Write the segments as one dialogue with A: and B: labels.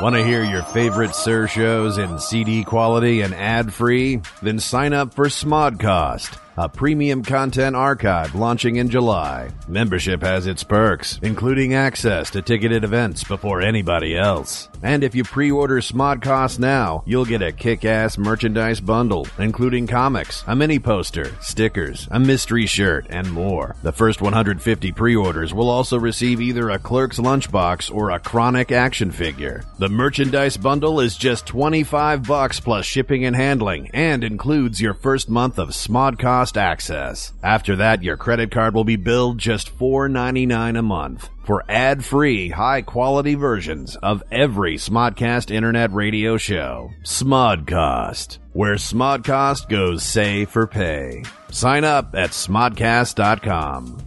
A: Want to hear your favorite Sir shows in CD quality and ad free? Then sign up for Smodcast, a premium content archive launching in July. Membership has its perks, including access to ticketed events before anybody else. And if you pre order Smodcast now, you'll get a kick ass merchandise bundle, including comics, a mini poster, stickers, a mystery shirt, and more. The first 150 pre orders will also receive either a clerk's lunchbox or a chronic action figure. The merchandise bundle is just 25 bucks plus shipping and handling and includes your first month of Smodcast access. After that, your credit card will be billed just $4.99 a month for ad-free, high-quality versions of every Smodcast internet radio show. Smodcast, where Smodcast goes say for pay. Sign up at smodcast.com.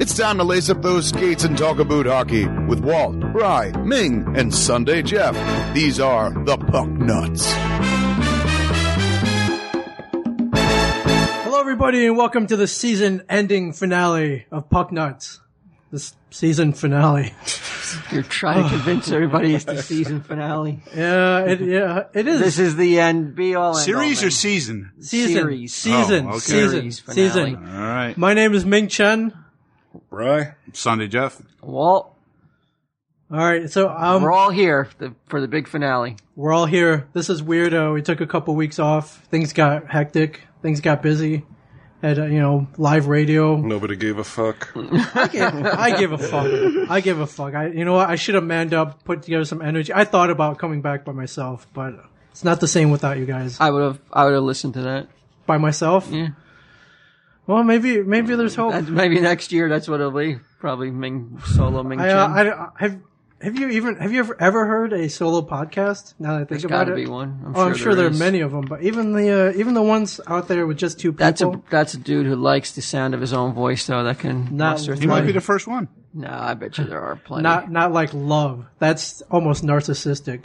B: It's time to lace up those skates and talk about hockey with Walt, Rye, Ming, and Sunday Jeff. These are the Puck Nuts.
C: Hello, everybody, and welcome to the season ending finale of Puck Nuts. This season finale.
D: You're trying to convince everybody it's the season finale.
C: Yeah, it, yeah, it is.
D: This is the end, be all. end
E: Series
D: all,
E: or season?
C: season.
D: series.
C: Season.
E: Oh, okay.
C: Season.
D: Series finale.
C: Season.
E: All right.
C: My name is Ming Chen.
E: Right. Sunday Jeff.
D: man. Walt,
C: All right, so um,
D: we're all here the, for the big finale.
C: we're all here. This is weirdo. We took a couple weeks off. Things got hectic. Things got busy. Had uh, you know live radio.
F: Nobody gave a fuck.
C: I give a fuck. I give a fuck. I you know what? I should have manned up, put together some energy. I thought about coming back by myself, but it's not the same without you guys.
D: I would have, I would have listened to that.
C: by myself.
D: Yeah.
C: Well, maybe maybe there's hope.
D: That's maybe next year. That's what it'll be. Probably Ming Solo Ming Chen.
C: I, uh, I, I- have have you even have you ever, ever heard a solo podcast? Now that I think
D: There's
C: about
D: gotta
C: it,
D: be one. I'm
C: oh, I'm
D: sure
C: sure there,
D: there
C: are
D: is.
C: many of them. But even the uh, even the ones out there with just two people,
D: that's a that's a dude who likes the sound of his own voice, though. That can
C: Not
D: muster
C: He
E: He might
D: through.
E: be the first one.
D: No, I bet you there are plenty.
C: not not like love. That's almost narcissistic.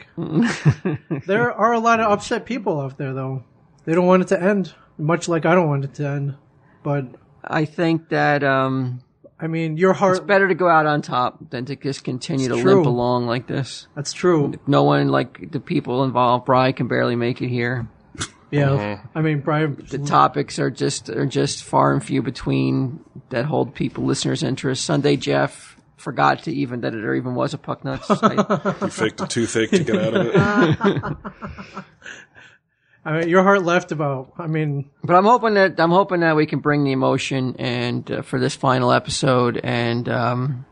C: there are a lot of upset people out there, though. They don't want it to end, much like I don't want it to end. But
D: I think that um,
C: I mean, your
D: it's
C: heart.
D: better to go out on top than to just continue
C: It's
D: to
C: true.
D: limp along like this.
C: That's true.
D: No one, like the people involved, Bry can barely make it here.
C: Yeah.
D: Mm-hmm.
C: I mean, Brian.
D: The topics are just are just far and few between that hold people listeners' interest. Sunday Jeff forgot to even that there even was a puck nuts. I,
F: You faked a toothache to get out of it.
C: I mean, your heart left about. I mean,
D: but I'm hoping that I'm hoping that we can bring the emotion and uh, for this final episode and um,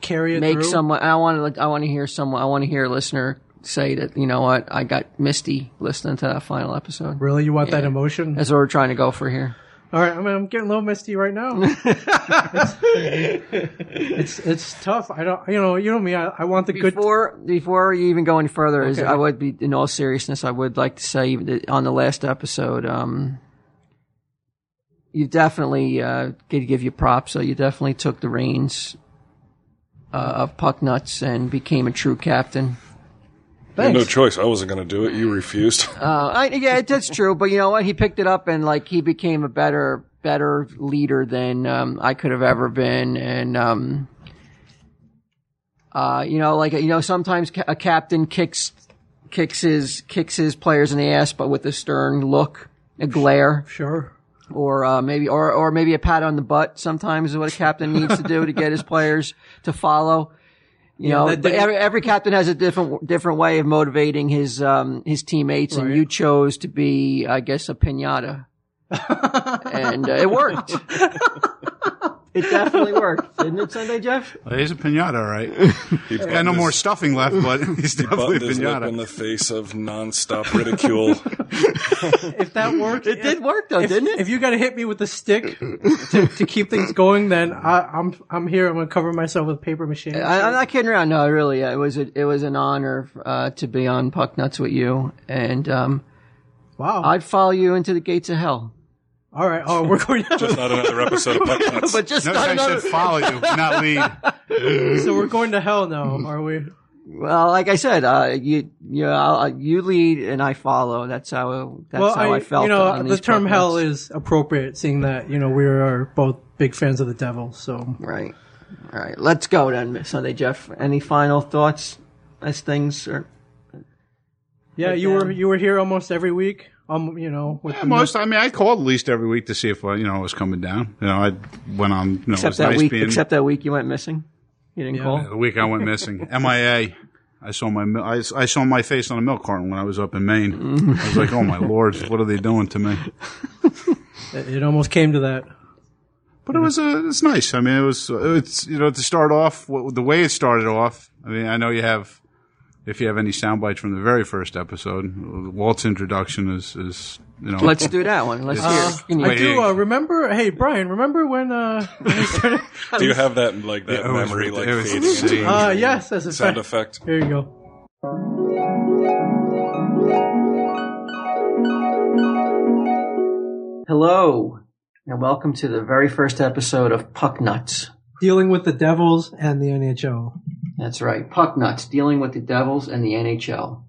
C: carry it
D: make
C: through.
D: someone. I want to I want to hear someone. I want to hear a listener say that you know what I got misty listening to that final episode.
C: Really, you want that emotion?
D: That's what we're trying to go for here.
C: All right, I mean, I'm getting a little misty right now. it's, it's it's tough. I don't, you know, you know me. I, I want the good.
D: before before you even go any further is
C: Okay.
D: I would be in all seriousness I would like to say that on the last episode um you definitely uh did give you props so you definitely took the reins uh, of puck nuts and became a true captain
F: I had no
C: Thanks.
F: choice. I wasn't going to do it. You refused.
D: uh I, yeah it- that's true but you know what he picked it up and like he became a better better leader than um I could have ever been and um uh, you know, like you know, sometimes ca- a captain kicks kicks his kicks his players in the ass, but with a stern look, a glare,
C: Sure.
D: or uh, maybe or or maybe a pat on the butt. Sometimes is what a captain needs to do to get his players to follow. You know,
C: that-
D: but
C: that-
D: every, every captain has a different different way of motivating his um, his teammates, and you chose to be, I guess, a pinata, and uh, it worked. it definitely worked, didn't it, Sunday Jeff?
E: Well, he's a pinata, all right? He's got no
F: his-
E: more stuffing left, but he's definitely a
F: Buttoned his lip in
E: pinata.
F: the face of nonstop ridicule.
C: If that worked,
D: It did work though,
C: If,
D: didn't it?
C: if you got to hit me with a stick to, to keep things going, then I, I'm I'm here. I'm gonna cover myself with paper mache.
D: I, I'm not kidding around. No, really, it was a, it was an honor uh, to be on Puck Nuts with you, and um,
C: wow.
D: I'd follow you into the gates of hell.
C: All right. Oh, we're going.
F: Just not another episode of Puck Nuts.
D: But just
E: No,
D: not
E: I
D: another.
E: said follow you, not lead.
C: so we're going to hell now, are we?
D: Well, like I said, uh, you you uh, you lead and I follow. That's how that's
C: well,
D: how I, felt.
C: you know,
D: on
C: the
D: these
C: term
D: puppets.
C: hell is appropriate, seeing that you know we are both big fans of the devil. So
D: right. All right, let's go then, Sunday Jeff. Any final thoughts as things are?
C: yeah, you were you were here almost every week. Um, you know, with
E: Yeah, most. I mean, I called at least every week to see if uh, you know I was coming down. You know, I went on. You know, it
D: Except
E: was
D: that
E: nice
D: week,
E: being
D: except that week you went missing. You didn't
C: Yeah.
D: call.
E: the week I went missing. MIA. I saw my mil- I, I saw my face on a milk carton when I was up in Maine. I was like, oh my lord, what are they doing to me?
C: it, it almost came to that.
E: But it was uh, it's nice. I mean, it was it's you know to start off w- the way it started off. I mean, I know you have if you have any sound bites from the very first episode, Walt's introduction is is you know
D: Let's do that one. Let's hear. it. Can you-
C: I
E: Wait.
C: do uh, remember. Hey, Brian, remember when? Uh, when we started?
F: Do you have that like that
E: It was-
F: memory like
E: it was
F: fading into
E: insane.
C: uh, yes, as a
F: sound
C: fact.
F: effect?
C: Here you go.
D: Hello, and welcome to the very first episode of Puck Nuts.
C: Dealing with the devils and the NHL.
D: That's right, Puck Nuts, dealing with the Devils and the NHL.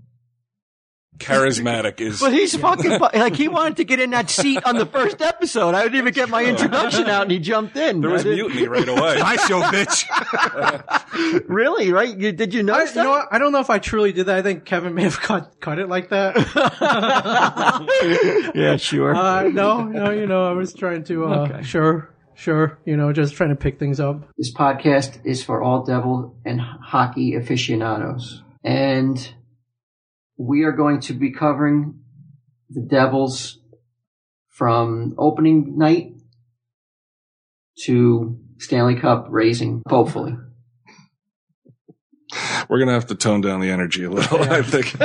F: Charismatic is
D: But he's fucking fu- like he wanted to get in that seat on the first episode. I didn't even get my introduction out, and he jumped in.
F: there was
D: I didn't-
F: mutiny right away.
E: my show, bitch.
D: Really, right? You, did you
C: I,
D: notice
C: you know what? I don't know if I truly did that. I think Kevin may have cut cut it like that.
D: that? yeah, sure.
C: Uh, no, no, you know, I was trying to. Uh, Sure, sure. You know, just trying to pick things up.
D: This podcast is for all devil and hockey aficionados. And we are going to be covering the Devils from opening night to Stanley Cup raising, hopefully.
F: We're gonna have to tone down the energy a little. I think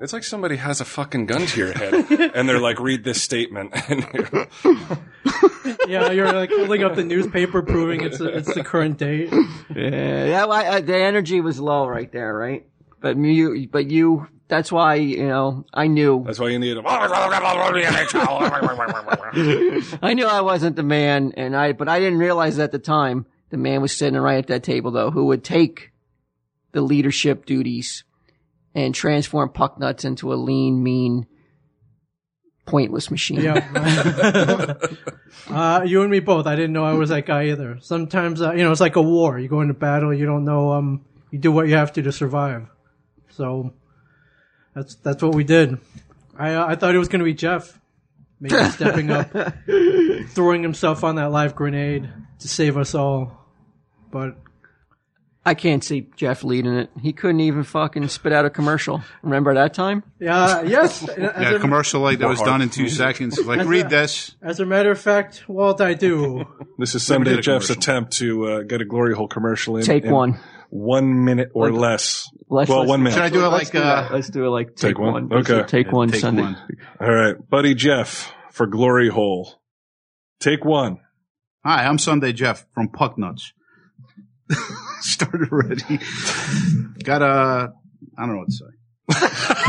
F: it's like somebody has a fucking gun to your head, and they're like, "Read this statement." And
C: Yeah, you're like holding up the newspaper, proving it's it's the current date.
D: Yeah, Uh, that, I, I, the energy was low right there, right? But you, but you, that's why, you know, I knew.
F: that's why you need a.
D: I knew I wasn't the man, and I but I didn't realize at the time the man was sitting right at that table though, who would take the leadership duties and transform Pucknuts into a lean, mean, pointless machine.
C: Yeah. uh, you and me both. I didn't know I was that guy either. Sometimes, uh, you know, it's like a war. You go into battle, you don't know. Um, you do what you have to to survive. So that's that's what we did. I uh, I thought it was going to be Jeff, maybe stepping up, throwing himself on that live grenade to save us all. But
D: I can't see Jeff leading it. He couldn't even fucking spit out a commercial. Remember that time?
C: yeah, yes.
E: Yeah,
C: As
E: a
C: a,
E: commercial like that was done in two seconds. Like, read this.
C: as a matter of fact, Walt, I do.
F: This is
E: Never did
F: Sunday
E: a
F: Jeff's
E: commercial.
F: attempt to uh, get a glory hole commercial in.
D: Take
F: in
D: one.
F: one minute or less.
D: Let's-
F: well,
D: let's
F: one
D: do
E: Should I
F: minute.
E: do it
D: Let's
E: like
D: do that.
E: uh,
D: Let's do it like take,
F: Take one?
D: Let's
F: Okay.
D: do Take one
E: take
D: Sunday.
E: one.
F: All right, buddy Jeff for glory hole. Take one.
E: Hi, I'm Sunday Jeff from Pucknuts. Started already. Got a. I don't know what to say.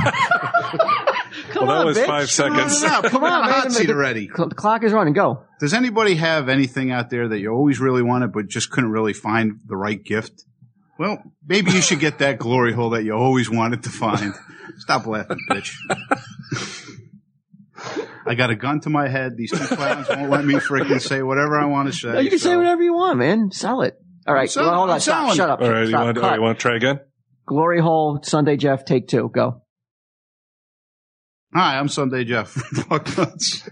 D: Come
F: well, that
D: on,
F: was
D: bitch.
F: five seconds.
E: No, come on,
D: man,
E: hot
D: make
E: seat
D: it-
E: already.
D: Cl- The clock is running. Go.
E: Does anybody have anything out there that you always really wanted but just couldn't really find the right gift? Well, maybe you should get that glory hole that you always wanted to find. Stop laughing, bitch. I got a gun to my head. These two clowns won't let me freaking say whatever I want to say.
D: you can
E: so-
D: say whatever you want, man. Sell it. All right.
E: selling-
D: well, hold
E: I'm
D: on. Stop,
E: selling
D: shut
E: it.
D: up.
F: All right, you
D: Stop.
F: want, all
D: Cut.
F: right, you want to try again?
D: Glory Hole, Sunday Jeff, take two. Go.
E: Hi, I'm Sunday Jeff. from Pucknuts.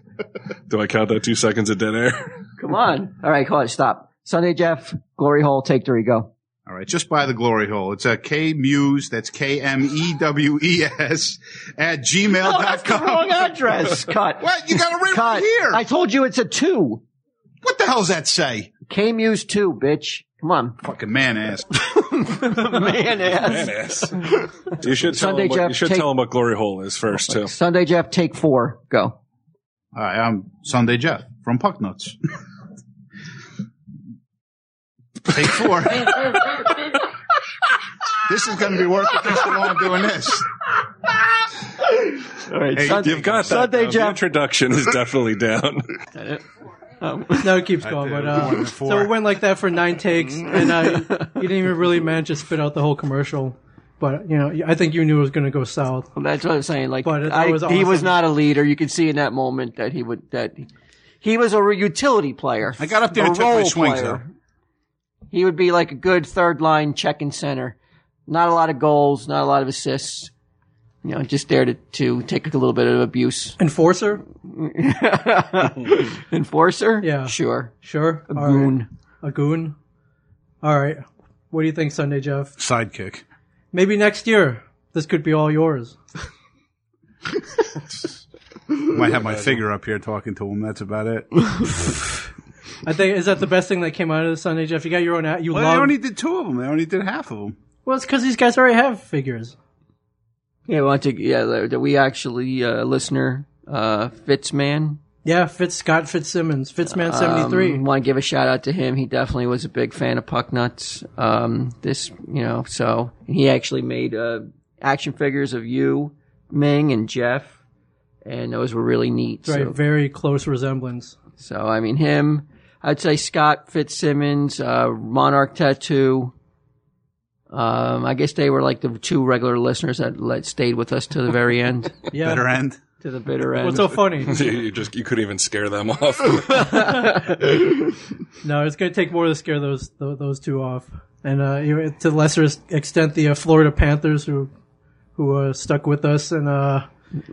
F: Do I count that two seconds of dead air?
D: Come on. All right, hold on. Stop. Sunday Jeff, Glory Hole, take three. Go.
E: All right, just buy the glory hole. It's a K Muse. That's K M E W E S
D: Oh,
E: at
D: that's the
E: gmail.com.
D: wrong address. Cut.
E: what? You got it right
D: Cut.
E: here.
D: I told you it's a two.
E: what the hell's that say?
D: K-Muse two, bitch. Come on.
E: Fucking man ass.
D: Man ass.
F: Yes. you should, tell
D: Sunday
F: him, what, you
D: Jeff,
F: should
D: take-
F: tell him what glory hole is first, too.
D: Sunday Jeff, take four. Go.
E: Hi, I'm Sunday Jeff from Pucknuts. Take four. this is going to be worth it just alone doing this.
D: All right.
E: Hey,
D: Sunday,
F: You've got that.
D: Sunday
F: now. The
D: Jeff.
F: introduction is definitely down.
C: No, it keeps going. But uh,
E: Mm-hmm.
C: so it went like that for nine takes, and I you didn't even really manage to spit out the whole commercial. But you know, I think you knew it was going to go south.
D: Well, that's what I'm saying. Like,
C: But it-
D: I,
C: that was
D: he was
C: awesome.
D: not a leader. You could see in that moment that he would that he, he was a re- utility player.
E: I got up there
D: a
E: and took my
D: role
E: swings,
D: player. He would be like a good third line checking center. Not a lot of goals, not a lot of assists. You know, just there to, to take a little bit of abuse.
C: Enforcer,
D: Enforcer,
C: Yeah.
D: sure,
C: sure, a
D: goon.
C: a goon. All right, what do you think, Sunday Jeff?
E: Sidekick.
C: Maybe next year this could be all yours.
E: Might have my figure up here talking to him. That's about it.
C: I think is that the best thing that came out of the Sunday Jeff. You got your own. ad- You
E: Well,
C: love.
E: they only did two of them. They only did half of them.
C: well, it's because these guys already have figures.
D: Yeah, well, I think yeah, that that we actually uh, listener uh, Fitzman
C: Yeah, Fitz Scott Fitzsimmons, Fitzman seventy three.
D: want to Mm, give a shout out to him. He definitely was a big fan of Puck Nuts. Um, this, you know, so he actually made uh, action figures of you, Ming, and Jeff, and those were really neat.
C: right,
D: So,
C: very close resemblance.
D: so, I mean, him. I'd say Scott Fitzsimmons, uh, Monarch Tattoo. Um, I guess they were like the two regular listeners that let, stayed with us to the very end,
C: Yeah.
E: Better end.
D: to the bitter end.
C: What's so funny?
F: you just you couldn't even scare them off.
C: No, it's going to take more to scare those tho- those two off, and uh, you- to lesser extent the uh, Florida Panthers who who uh, stuck with us, and uh,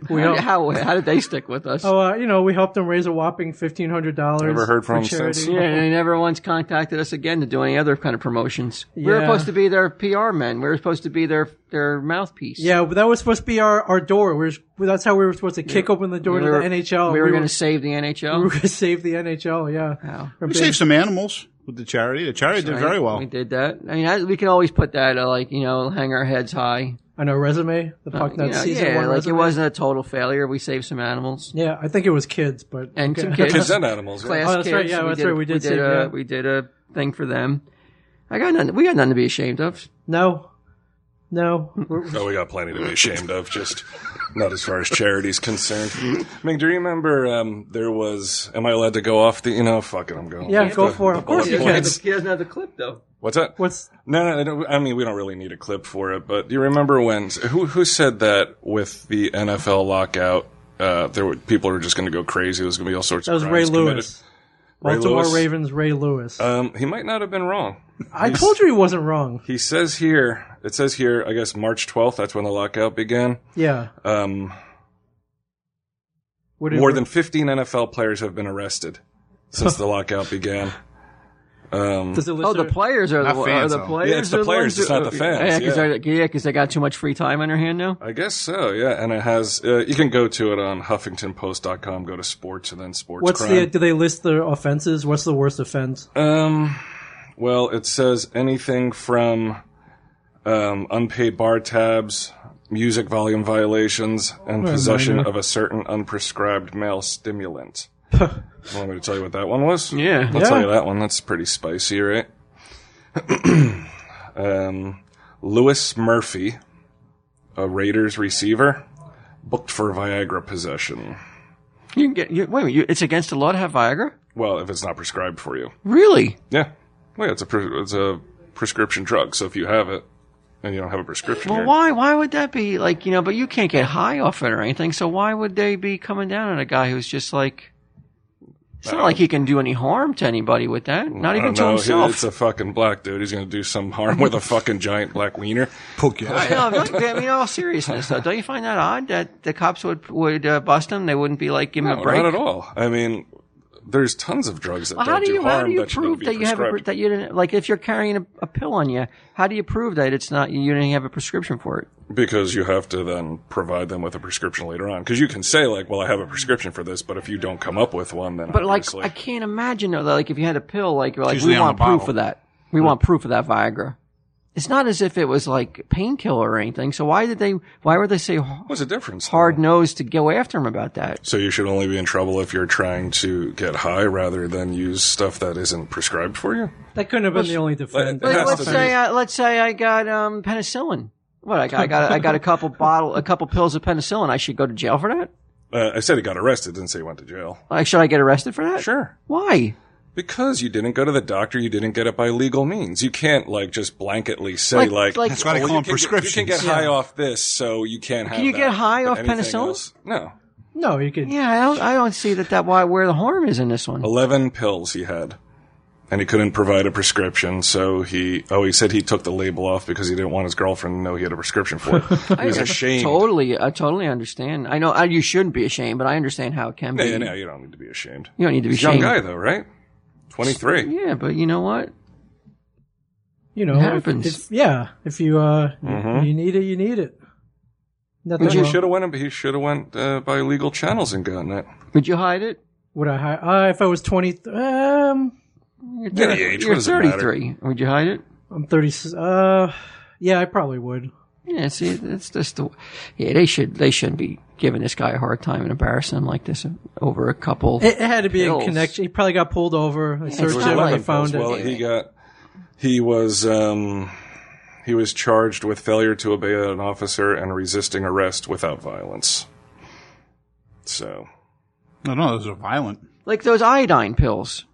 C: we
D: how,
C: helped,
D: how, how did they stick with us?
C: oh, uh, you know we helped them raise a whopping fifteen hundred dollars.
F: Never heard from 'em
C: charity.
F: since.
D: Yeah, and they never once contacted us again to do any other kind of promotions. We were
C: Yeah.
D: supposed to be their PR men. We were supposed to be their their mouthpiece.
C: Yeah, but that was supposed to be our, our door. We were, that's how we were supposed to kick open the door
D: we
C: to
D: were,
C: the NHL.
D: We were going
C: were-
D: to save the
C: we were
D: NHL.
C: going to save the NHL. Yeah,
D: Wow.
C: From
E: We
C: being-
E: saved some animals with the charity. The charity did very well.
D: We did that. I mean, I, we can always put that uh, like you know, hang our heads high.
C: on our resume, the
D: Uh,
C: puck
D: you
C: Nuts
D: know,
C: season
D: yeah,
C: one
D: like it
C: resume.
D: wasn't a total failure. We saved some animals
C: Yeah, I think it was kids, but
D: and
C: okay.
D: some kids.
F: Kids and animals. yeah.
D: class
C: Oh, that's
D: kids.
C: right. Yeah,
D: we
C: that's
D: did,
C: right. We did
D: we
C: save-
D: did, a,
C: yeah.
D: we did a thing for them. I got none. We got nothing to be ashamed of.
C: No, no, We're-
F: Oh, we got plenty to be ashamed of, just not as far as charity's concerned. Meg, do you remember um, there was, am I allowed to go off the, you know, fuck it, I'm going.
C: Yeah,
F: off
C: go
F: the-
C: for it.
F: the
C: Of course
F: bullet
C: you can.
F: points.
D: He doesn't have the clip though.
F: What's that?
C: what's
F: No, no, I, don't, I mean, we don't really need a clip for it, but do you remember when, who, who said that with the NFL lockout, uh, there were, people were just going to go crazy. There was going to be all sorts
C: that
F: of
C: was Ray
F: crimes committed.
C: Lewis,
F: Ray
C: Baltimore
F: Lewis?
C: Ravens Ray Lewis.
F: Um, he might not have been wrong.
C: I told you he wasn't wrong.
F: He says here, it says here, I guess March 12th, that's when the lockout began.
C: Yeah,
F: Um,
C: What did-
F: More than 15 NFL players have been arrested since the lockout began. Um,
C: does it list
D: Oh, the
C: their-
D: players are the,
E: Not fans,
D: are
E: though.
D: the players.
F: Yeah, it's the
D: are
F: players,
D: ones
F: it's
D: who-
F: not the fans,
D: Yeah, because
F: yeah.
D: they got too much free time on their hand now.
F: I guess so, yeah. And it has, uh, you can go to it on HuffingtonPost.com, go to sports, and then sports
C: What's the?
F: crime.
C: Do they list their offenses? What's the worst offense?
F: um, well, it says anything from um, unpaid bar tabs, music volume violations, and possession
C: minor.
F: of a certain unprescribed male stimulant. Want me to tell you what that one was?
D: Yeah.
F: I'll tell
C: Yeah.
F: you that one. That's pretty spicy, right? um, Lewis Murphy, a Raiders receiver, booked for Viagra possession.
D: You can get. You, wait a minute. You, it's against the law to have Viagra.
F: Well, if it's not prescribed for you,
D: Really?
F: yeah. Well, yeah, it's a pre- it's a prescription drug. So if you have it and you don't have a prescription,
D: Well,
F: you're-
D: why? Why would that be? Like you know, but you can't get high off it or anything. So why would they be coming down on a guy who's just like? It's not like he can do any harm to anybody with that. Not
F: I
D: even
F: don't
D: to
F: know. He-
D: himself.
F: It's a fucking black dude. He's gonna do some harm with a fucking giant black wiener.
E: Poke your eye.
D: no, but, I mean, in all seriousness, though, don't you find that odd that the cops would would uh, bust him? They wouldn't be like, give him
F: No,
D: a break.
F: not at all. I mean, there's tons of drugs that
D: Well,
F: don't
D: how do you
F: harm
D: how do you
F: that should not
D: prove
F: be
D: that you have a,
F: prescribed.
D: that you didn't like if you're carrying a, a pill on you? How do you prove that it's not you didn't have a prescription for it?
F: Because you have to then provide them with a prescription later on. Because you can say like, "Well, I have a prescription for this," but if you don't come up with one, then
D: But like
F: obviously,
D: I can't imagine though. that, Like if you had a pill, like you're like
E: usually
D: we
E: on
D: want
E: the
D: proof
E: bottle.
D: of that. We want proof of that Viagra. It's not as if it was like painkiller or anything. So why did they? Why would they say
F: what's the difference?
D: hard nosed to go after him about that?
F: So you should only be in trouble if you're trying to get high rather than use stuff that isn't prescribed for you.
C: That couldn't have been the only defense.
F: It
D: Like,
F: has
D: let's
F: to be.
D: say I, let's say I got um, penicillin. What I got, I got I got a couple bottle a couple pills of penicillin. I should go to jail for that.
F: Uh, I said he got arrested. Didn't say he went to jail.
D: Like should I get arrested for that?
F: Sure.
D: Why?
F: Because you didn't go to the doctor, you didn't get it by legal means. You can't like just blanketly say
D: Like-
F: like,
D: like-
E: That's why they
F: "Well,
E: call
F: Oh,
E: them
F: you can get-
E: prescriptions.
F: you can get high off this, so you can't have.
D: you
F: that.
D: get high
F: But
D: off
F: anything
D: penicillin?
F: else- No,
C: No, you could.
D: Yeah, I don't, I don't see that that why where the harm is in this one.
F: eleven pills he had, and he couldn't provide a prescription. So he oh he said he took the label off because he didn't want his girlfriend to know he had a prescription for it. he was ashamed.
D: Totally, I totally understand. I know I, you shouldn't be ashamed, but I understand how it can
F: Yeah,
D: be.
F: yeah, no, you don't need to be ashamed.
D: You don't need to be
F: He's a young
D: ashamed.
F: guy though, right? Twenty three.
D: Yeah, but you know what?
C: You know,
D: It
C: if-
D: happens.
C: if- yeah, if you uh, you-
F: Mm-hmm.
C: you need it, you need it. Nothing
F: He
C: wrong.
F: should have went. He should have went uh, by legal channels and gotten it.
D: Would you hide it?
C: Would I hire? Uh, if I was twenty, th- um,
D: You're,
F: Yeah, the
D: thir-
F: age, what
D: you're
F: does it matter?
D: 33. Would you hide it?
C: I'm thirty. Uh, yeah, I probably would.
D: Yeah, see, it's just the. Yeah, they should they shouldn't be giving this guy a hard time and embarrassing him like this over a couple.
C: It, it had to be
D: Pills.
C: in connection. He probably got pulled over. I
D: There
C: searched
D: was
C: him.
D: eleven
C: I found
F: pills.
C: it.
F: Well, he got he was um, he was charged with failure to obey an officer and resisting arrest without violence. So
E: No, no, those are violent.
D: like those iodine pills.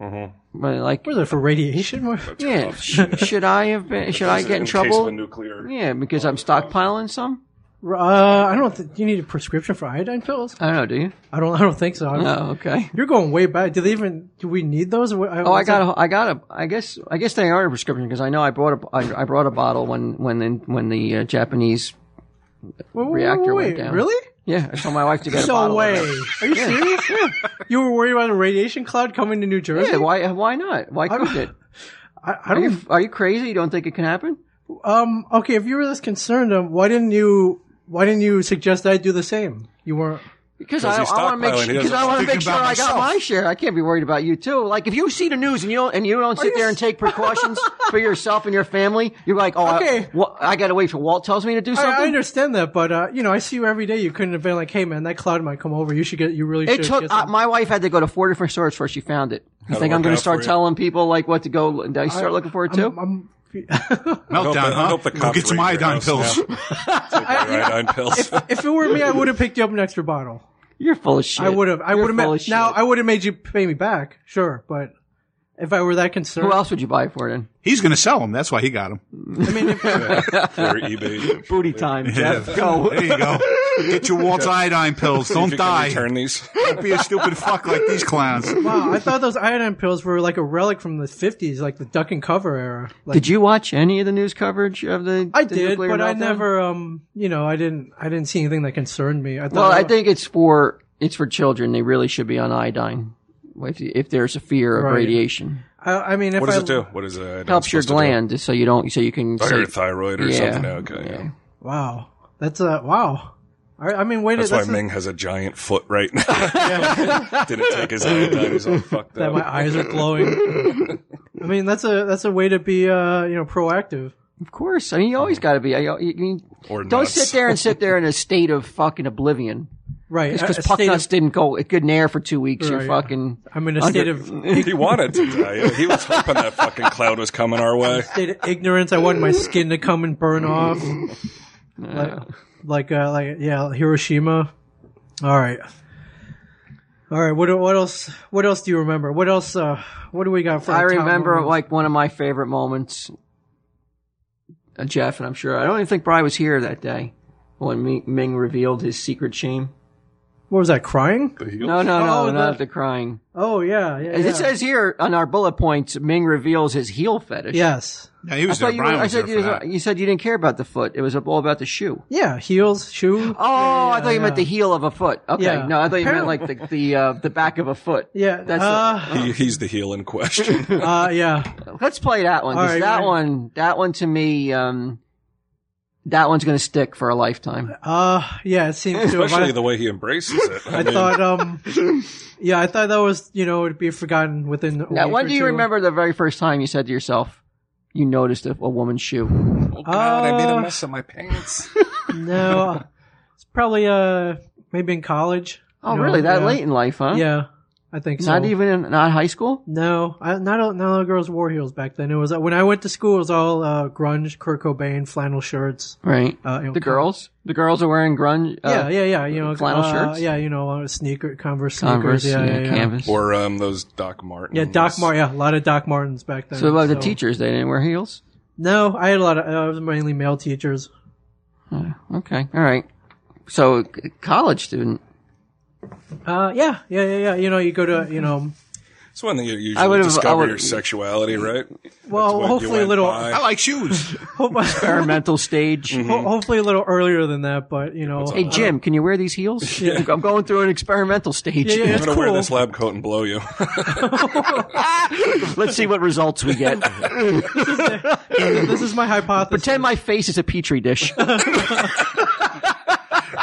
D: Mm-hmm. But like,
C: Was it for radiation? What-
D: yeah, sh- should I have been? Should I get in
F: Case of a
D: trouble?
F: nuclear.
D: Yeah, because I'm stockpiling some.
C: Uh, I don't think you need a prescription for iodine pills.
D: I don't know. Do you?
C: I don't. I don't think so. I'm-
D: Oh, okay.
C: You're going way back. Do they even? Do we need those? Oh,
D: Oh, I got, a, I got a, I guess, I guess they are a prescription because I know I brought a, I, I brought a bottle when, when the, when the uh, Japanese, reactor
C: wait,
D: went down.
C: Really?
D: yeah, I told my wife to get a
C: No
D: bottle. of
C: way.
D: it.
C: Are you serious? You were worried about a radiation cloud coming to New Jersey?
D: Yeah, why, why not? Why couldn't it?
C: I, I
D: Are
C: don't.
D: you, are you crazy? You don't think it can happen?
C: Um. Okay, if you were this concerned, um, why didn't you? Why didn't you suggest I do the same? You weren't.
D: Because I,
F: he's
D: I want to make
F: stockpiling.
D: sure,
F: He
D: because
F: doesn't
D: I want to
E: think
D: make sure
E: about
D: I got
E: myself.
D: my share. I can't be worried about you too. Like if you see the news and you don't, and you don't sit there and take precautions for yourself and your family, you're like, oh,
C: Okay.
D: I, wha- I got to wait for Walt tells me to do
C: I, I
D: something.
C: understand that, but uh, you know, I see you every day. You couldn't have been like, "Hey, man, that cloud might come over. You should get. You really should."
D: It took
C: get
D: uh,
C: some."
D: my wife had to go to four different stores before she found it. You think I'm
F: work
D: going to
F: out
D: start
F: for you.
D: telling people like what to go? and I start looking for it too?
C: I'm- I'm-
E: Meltdown,
F: the- I
E: huh?
F: hope the
E: Go
F: cops
E: get some
F: raid your
E: iodine
F: house
E: pills.
F: iodine pills.
C: if it were me, I would have picked you up an extra bottle.
D: You're full of shit.
C: I would have. I
D: You're
C: would have.
D: full of
C: Made,
D: shit.
C: now I would have made you pay me back, sure. But if I were that concerned,
D: Who else would you buy it for then?
E: He's going to sell them. That's why he got them.
C: I mean, if,
F: Very eBay.
D: Booty time, Jeff. Go.
E: There you go. Get your Walt's iodine pills. Don't
F: You can
E: die.
F: Return these.
E: Don't be a stupid fuck like these clowns.
C: wow, I thought those iodine pills were like a relic from the fifties, like the duck and cover era. Like,
D: Did you watch any of the news coverage of the?
C: I
D: the
C: did,
D: nuclear
C: but I
D: meltdown?
C: never. Um, you know, I didn't. I didn't see anything that concerned me. I thought. oh,
D: Well, I think it's for it's for children. They really should be on iodine if, if there's a fear of
C: Right.
D: radiation.
C: I, I mean, if
F: What does
C: I
F: it do? What is it? iodine
D: Helps your
F: supposed to do?
D: gland, so you don't, so you can.
F: Or your
D: Say,
F: thyroid or
D: Yeah.
F: something. Okay. Yeah.
C: wow, that's a wow. I, I mean, wait.
F: That's,
C: that's a-
F: why Ming has a giant foot right now. Didn't take his iodine. He's all fucked
C: that
F: up.
C: my eyes are glowing. I mean, that's a that's a way to be uh you know proactive.
D: of course, I mean you always got to be. I, I mean,
F: Mm. Or
D: don't
F: nuts.
D: sit there and sit there in a state of fucking oblivion.
C: Right.
D: It's
C: a-
D: because
C: a state
D: Pucknuts
C: of-
D: didn't go. It couldn't air for two weeks.
C: Right,
D: you're
C: yeah.
D: fucking.
C: I'm in a state of
F: He wanted to die. He was hoping that fucking cloud was coming our way.
C: state of ignorance. I wanted my skin to come and burn off. Like, like, uh, like, yeah, Hiroshima. All right, all right. What, what else? What else do you remember? What else? Uh, what do we got for?
D: I
C: our top
D: remember
C: moments?
D: like one of my favorite moments. uh, Jeff and I'm sure I don't even think Bry was here that day when Ming, Ming revealed his secret shame.
C: What was that? Crying?
D: No, no, no,
C: Oh,
D: not
C: the-
D: the crying.
C: Oh yeah, yeah.
D: As
C: yeah.
D: It says here on our bullet points, Ming reveals his heel fetish.
C: yes.
E: Yeah, he
D: I
E: was there.
D: thought you, were,
E: Brian
D: I
E: was there
D: said you,
E: for that.
D: you said you didn't care about the foot. It was all about the shoe.
C: Yeah, heels, shoe.
D: Oh, I thought you meant the heel of a foot. Okay,
C: Yeah.
D: no, I thought you meant like the the uh, the back of a foot.
C: yeah,
D: that's
C: uh,
F: He, he's the heel in question.
C: uh, yeah.
D: Let's play that one. 'cause
C: All right,
D: that
C: right.
D: one, that one to me, um, that one's going to stick for a lifetime.
C: Uh, yeah, it seems to. have-
F: Especially the way he embraces it. I,
C: I
F: mean,
C: thought, um, yeah, I thought that was, you know, it'd be forgotten within. a
D: Now,
C: week
D: when
C: or
D: do you
C: two.
D: remember the very first time you said to yourself, "You noticed a, a woman's shoe"?
F: oh god, I made
C: Uh,
F: a mess of my pants.
C: No, it's probably uh maybe in college.
D: Oh,
C: You know,
D: really? That
C: yeah.
D: late in life, huh?
C: Yeah, I think so.
D: Not even in, not high school.
C: No, I, not all, not all the girls wore heels back then. It was uh, when I went to school. It was all uh, grunge, Kurt Cobain, flannel shirts.
D: Right.
C: Uh, you know,
D: the girls. The girls are wearing grunge. Uh,
C: yeah, yeah, yeah. You know,
D: flannel
C: uh,
D: shirts?
C: Yeah, you know, uh, sneaker Converse sneakers.
D: Converse.
C: yeah, yeah,
D: yeah,
C: yeah.
D: canvas.
F: Or um, those Doc Martens.
C: Yeah, Doc Mart. Yeah, a lot of Doc Martens back then.
D: so about the teachers, they didn't wear heels.
C: No, I had a lot of. uh, I was mainly male teachers.
D: Okay. All right. So c- college student.
C: Uh, yeah, yeah, yeah, yeah. You know, you go to you know.
F: It's when you usually
D: I would've- I
F: discover
D: would've-
F: your sexuality, right?
C: Well,
F: When you
C: hopefully a
F: went
C: little.
F: by-
E: I like shoes.
C: ho-
D: experimental stage.
C: hopefully a little earlier than that, but you know.
D: Hey Jim, can you wear these heels? I'm going through an experimental stage.
C: Yeah, yeah,
F: I'm
C: it's
F: gonna wear
C: cool.
F: this lab coat and blow you.
D: Let's see what results we get.
C: This is my hypothesis.
D: Pretend my face is a petri dish.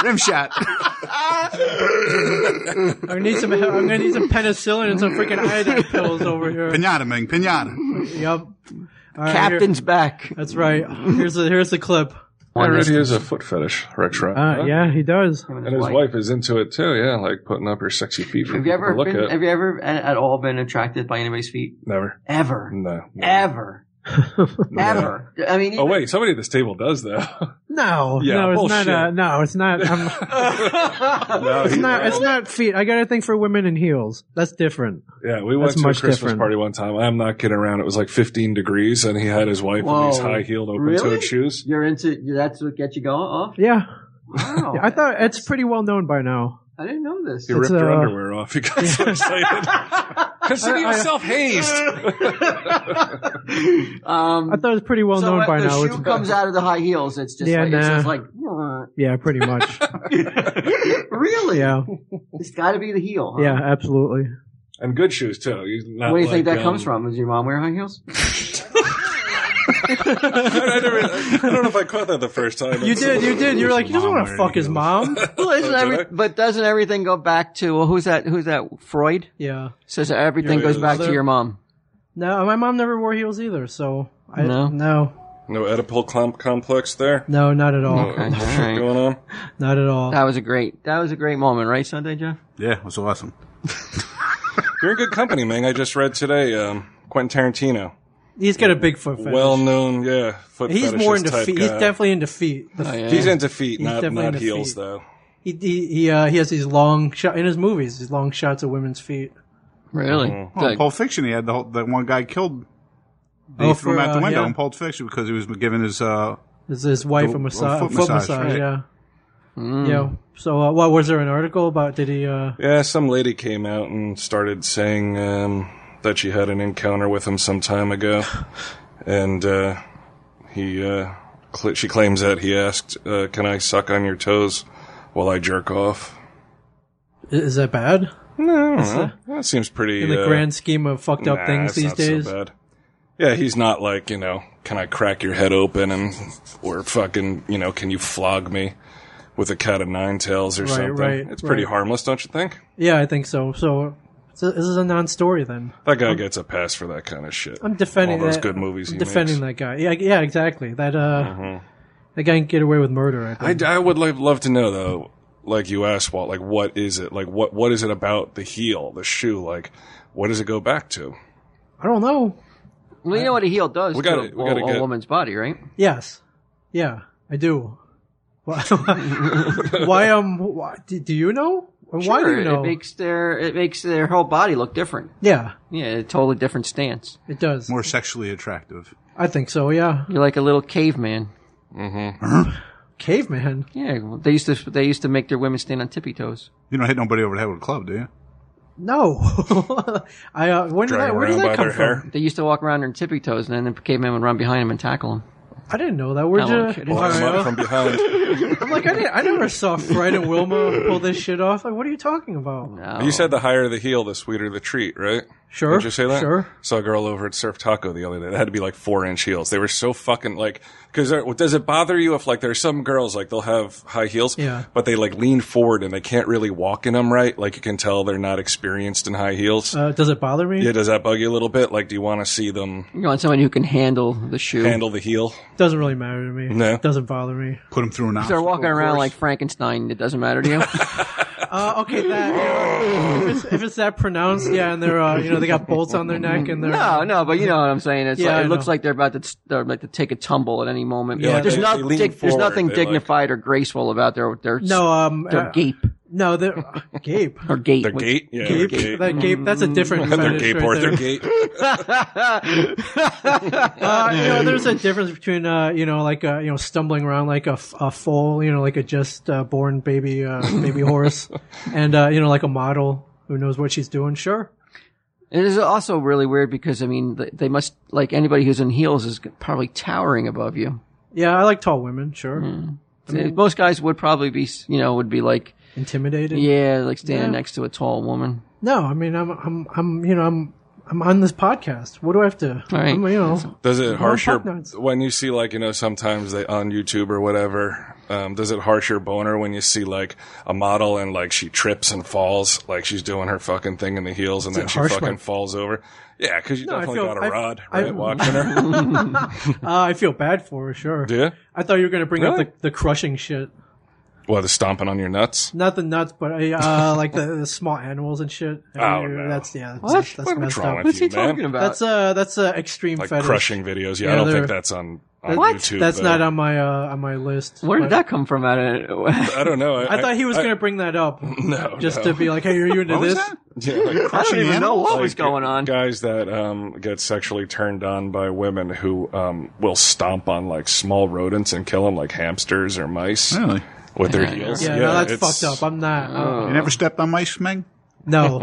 E: Rim shot.
C: I need some. I'm gonna need some penicillin and some freaking iodine pills over here.
E: Pinata, Ming. Pinata.
C: Yep. All right, here-
D: Captain's back.
C: That's right. Here's the here's the clip.
F: I read he has a foot fetish, Rex
D: Uh,
F: Rock.
C: Uh, yeah, he does.
F: And his wife. is into it too, yeah, like putting up her sexy feet for
D: Have you
F: people
D: ever
F: to look
D: been,
F: at.
D: have you ever a- at all been attracted by anybody's feet?
F: Never.
D: Ever.
F: No.
D: Ever. Ever. I mean,
F: Oh
D: even-
F: wait, somebody at this table does though.
C: No,
F: Yeah,
C: no, it's
F: bullshit.
C: not. Uh, no, it's not.
D: Um,
C: i
F: no,
C: it's not. It's not feet. I got a thing for women in heels. That's different.
F: Yeah, we went
C: That's
F: to a
C: much
F: Christmas
C: different.
F: party one time. I'm not kidding around. It was like 15 degrees, and he had his wife in these
D: Whoa.
F: high heeled, open
D: Really?
F: toed shoes.
D: you're into that's what gets you going. Oh,
C: Yeah,
D: wow.
C: I thought it's pretty well known by now.
D: I didn't know this.
F: He ripped her
C: uh,
F: underwear off. He got so excited. Consider yourself hazed.
D: Um,
C: I thought it's pretty well
D: so
C: known
D: if
C: by
D: the
C: now.
D: shoe
C: It's-
D: comes out of the high heels, it's just
C: Yeah,
D: like, it's
C: nah.
D: just like
C: yeah, pretty much.
D: really.
C: yeah,
D: It's got to be the heel. huh?
C: yeah, absolutely.
F: and good shoes too. He's not
D: Where do you think
F: like,
D: that comes
F: um,
D: from? Does your mom wear high heels?
F: I, never, I don't know if I caught that the first time.
C: You did, you did. You're like, he doesn't want to fuck his mom.
D: Well, isn't
F: Did I?
D: every, but doesn't everything go back to well, who's that? Who's that? Freud
C: Yeah.
D: says that everything
F: Your
D: goes back to
C: mother?
D: your mom.
C: No, my mom never wore heels either. So I
D: No?
C: no,
F: No Oedipal com- complex there.
C: no, not at all.
F: No shit
D: Alright.
F: going on.
C: Not at all.
D: That was a great. That was a great moment, right, Sunday Jeff?
E: Yeah, it was awesome.
F: You're in good company, man. I just read today um, Quentin Tarantino,
C: He's got a big foot fetish.
F: well known, yeah, foot
C: he's
F: fetishist
C: more into
F: type
C: feet.
F: guy.
C: He's definitely into feet. The f-
F: He's into feet, not
C: definitely
F: not
C: into
F: heels
C: feet.
F: though.
C: He he he, uh, he has these long shot in his movies. These long shots of women's feet.
D: Really?
E: Well, in Pulp Fiction, he had the whole, that one guy killed. They
C: Oh,
E: threw him
C: for,
E: out the
C: uh,
E: window
C: yeah.
E: in Pulp Fiction because he was giving his. Uh,
C: Is his wife
E: The-
C: a massage?
E: a foot
C: Foot, foot
E: massage,
C: massage.
E: right.
C: Yeah. Yeah. So uh, what was there an article about? Did he? Uh,
F: Yeah, some lady came out and started saying um, that she had an encounter with him some time ago, and uh, he uh, cl- she claims that he asked, uh, "Can I suck on your toes while I jerk off?"
C: i- is that bad
F: No, that seems pretty.
C: in the
F: uh,
C: grand scheme of fucked up
F: nah,
C: things
F: it's
C: these
F: not so
C: days?
F: bad. Yeah, he's not like you know. Can I crack your head open and or fucking you know? Can you flog me with a cat of nine tails or something?
C: right,
F: it's pretty
C: right.
F: harmless, don't you think?
C: yeah, I think so. So. so This is a non-story then.
F: That guy gets a pass for that kind of shit.
C: I'm defending
F: all those
C: that-
F: good movies. He
C: defending
F: makes. Mm-hmm.
C: that guy. Yeah, yeah, exactly. That uh, that guy can get away with murder. I think.
F: I, I would like, love to know though, like you asked, Walt, like what is it? Like what what is it about the heel, the shoe? Like what does it go back to?
C: I don't know.
D: Well, you know what a heel does
F: We
D: to
F: gotta-
D: a,
F: we gotta
D: a
F: get-
D: woman's body, right?
C: Yes. Yeah, I do. Why? why um? Why, do, do you know? Or Why do
D: Sure,
C: you know?
D: It makes their it makes their whole body look different.
C: yeah,
D: Yeah, a totally different stance.
C: it does.
E: more sexually attractive.
C: I think so. Yeah,
D: You're like a little caveman.
C: caveman.
D: Yeah, well, they used to they used to make their women stand on tippy toes.
E: You don't hit nobody over the head with a club, do you?
C: No. I uh, when did
F: Drag
C: that, where did
F: around by
C: that come
F: their hair.
C: from?
D: They used to walk around on tippy toes, and then the caveman would run behind them and tackle them.
C: I didn't know that. Where'd
D: No,
C: you?
D: I'm kidding.
C: All
F: Pulls
C: right,
F: him up
C: well,
F: from behind.
C: I'm like I, didn't, I never saw Fred and Wilma pull this shit off. Like, what are you talking about?
F: You said the higher the heel, the sweeter the treat, right?
C: Sure,
F: Did you say that?
C: sure.
F: Saw a girl over at Surf Taco the other day. That had to be like four inch heels. They were so fucking like. Because does it bother you if like there's some girls like they'll have high heels,
C: Yeah.
F: but they like lean forward and they can't really walk in them right? Like you can tell they're not experienced in high heels.
C: Uh, does it bother me?
F: yeah, does that bug you a little bit? Like, do you want to see them
D: You want someone who can handle the shoe.
F: handle the heel?
C: Doesn't really matter to me.
F: No.
C: Doesn't bother me.
E: Put him through an
D: They're
E: obstacle.
D: walking around like Frankenstein. It doesn't matter to you.
C: Uh, okay, that if it's, if it's that pronounced, yeah, and they're uh, you know they got bolts on their neck and they're
D: No, no, but you know what I'm saying. It's
C: Yeah,
D: like,
C: I
D: it looks
C: know.
D: like they're about to t- they're about to take a tumble at any moment.
F: Yeah,
D: there's
F: they-
D: not
F: they lean
D: dig- there's
F: forward,
D: nothing
F: they, like-
D: dignified or graceful about their their
C: no um
D: their
C: uh,
D: gape
C: no they're uh, gape
D: or gate.
F: Their
D: which-
F: gate? Yeah,
C: gape
F: their gate.
C: that gape that's a different
F: Their
C: fetish
F: gate
C: right
F: or
C: there.
F: their gate.
C: Uh, you know, there's a difference between uh, you know, like uh, you know, stumbling around like a, f- a foal, you know, like a just uh, born baby uh, baby horse, and uh, you know, like a model who knows what she's doing. Sure,
D: It is also really weird because I mean th- they must like anybody who's in heels is probably towering above you.
C: yeah, I like tall women. Sure,
D: Most guys would probably be s- you know would be like
C: intimidated.
D: yeah like standing
C: Yeah.
D: next to a tall woman.
C: No, I mean, I'm I'm I'm you know I'm I'm on this podcast. What do I have to?
D: Right.
C: I'm, you know,
F: Does it harsher
C: fuck nuts.
F: when you see like you know sometimes they on YouTube or whatever? Um, does it harsher boner when you see like a model and like she trips and falls, like she's doing her fucking thing in the heels and then
C: it
F: she
C: harsh,
F: fucking
C: Mike?
F: falls over? Yeah, because you
C: I
F: definitely
C: feel-
F: got a
C: I-
F: rod
C: I-
F: right watching her.
C: uh, I feel bad for her. Sure.
F: yeah,
C: I thought you were going to bring
F: Really?
C: up the, the crushing shit.
F: well, the stomping on your nuts.
C: Not the nuts, but uh, like the, the small animals and shit.
F: Oh, no.
C: That's yeah. That's,
D: What?
C: That's
F: What- what's
C: messed
F: wrong
C: up.
F: with
D: What's
F: you,
D: he talking
F: man?
D: about?
C: That's uh that's uh extreme
F: Like
C: fetish.
F: crushing videos. Yeah,
C: Yeah,
F: I don't think
C: they're-
F: that's on, on
D: What?
F: YouTube.
C: That's
F: though.
C: not on my uh on my list.
D: Where
C: but
D: did that come from? Out of
F: I don't know.
C: I thought he was gonna bring that up
F: no,
C: just
F: no.
C: to be like, hey, are you into
E: What was
C: this?
E: that?
F: Yeah, like
D: I don't
E: Crushing
D: even know
E: animals?
D: what
F: like,
D: was going on.
F: Guys that um, get sexually turned on by women who um, will stomp on like small rodents and kill them, like hamsters or mice
E: Really?
F: with their
D: Yeah,
F: heels.
C: Yeah, no, that's
F: it's-
C: fucked up. I'm not. Uh,
E: You never stepped on mice, Ming?
C: No,